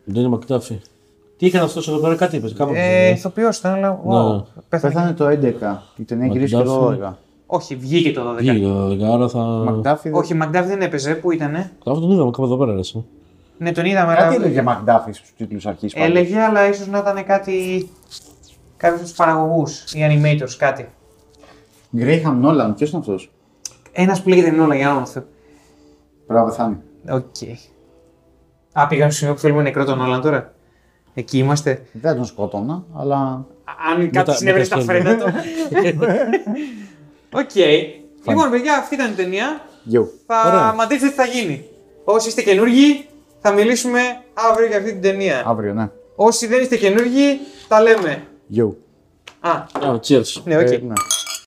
S3: Δεν είναι Μακτάφη. Τι έκανε αυτός εδώ πέρα, κάτι είπες. Κάμε
S2: ε, ηθοποιός ήταν, αλλά wow,
S3: Ναι.
S2: πέθανε.
S1: Πέθανε το 11, η ταινία
S3: Μα
S1: γυρίστηκε
S3: κοιτάξτε.
S1: το 12.
S2: Όχι, βγήκε το 12.
S3: άρα θα.
S1: Μακντάφι.
S2: Όχι, Μακντάβι δεν έπαιζε. Πού ήτανε.
S3: Αυτό τον είδαμε κάπου εδώ πέρα. ρε, εσύ.
S2: Ναι, τον είδαμε.
S1: Κάτι
S2: αλλά...
S1: έλεγε Μακντάφι στους τίτλους αρχής. πάλι.
S2: Έλεγε, αλλά ίσως να ήταν κάτι. Κάποιο από τους παραγωγούς ή animators, κάτι.
S1: Γκρέιχαμ Νόλαν, ποιος είναι αυτός.
S2: Ένας που λέγεται Νόλα για όνομα του Θεού.
S1: Πρέπει να πεθάνει.
S2: Οκ. Α, πήγαμε στο σημείο που θέλουμε νεκρό τον Νόλαν τώρα. Εκεί είμαστε.
S1: Δεν τον σκότωνα, αλλά
S2: Αν
S3: τα-
S2: κάτι
S3: με
S2: συνέβαινε
S3: τα
S2: στα
S3: χέρια.
S2: φρένα του. Οκ. Λοιπόν, παιδιά, αυτή ήταν η ταινία.
S1: γιου.
S2: Θα
S3: Ωραία.
S2: μαντρείτε τι θα γίνει. Όσοι είστε καινούργοι, θα μιλήσουμε αύριο για αυτή την ταινία.
S1: Αύριο, ναι.
S2: Όσοι δεν είστε καινούργοι, τα λέμε.
S1: Γιου.
S2: Α,
S3: Α, cheers.
S2: ναι, οκ.
S1: Ε, ναι.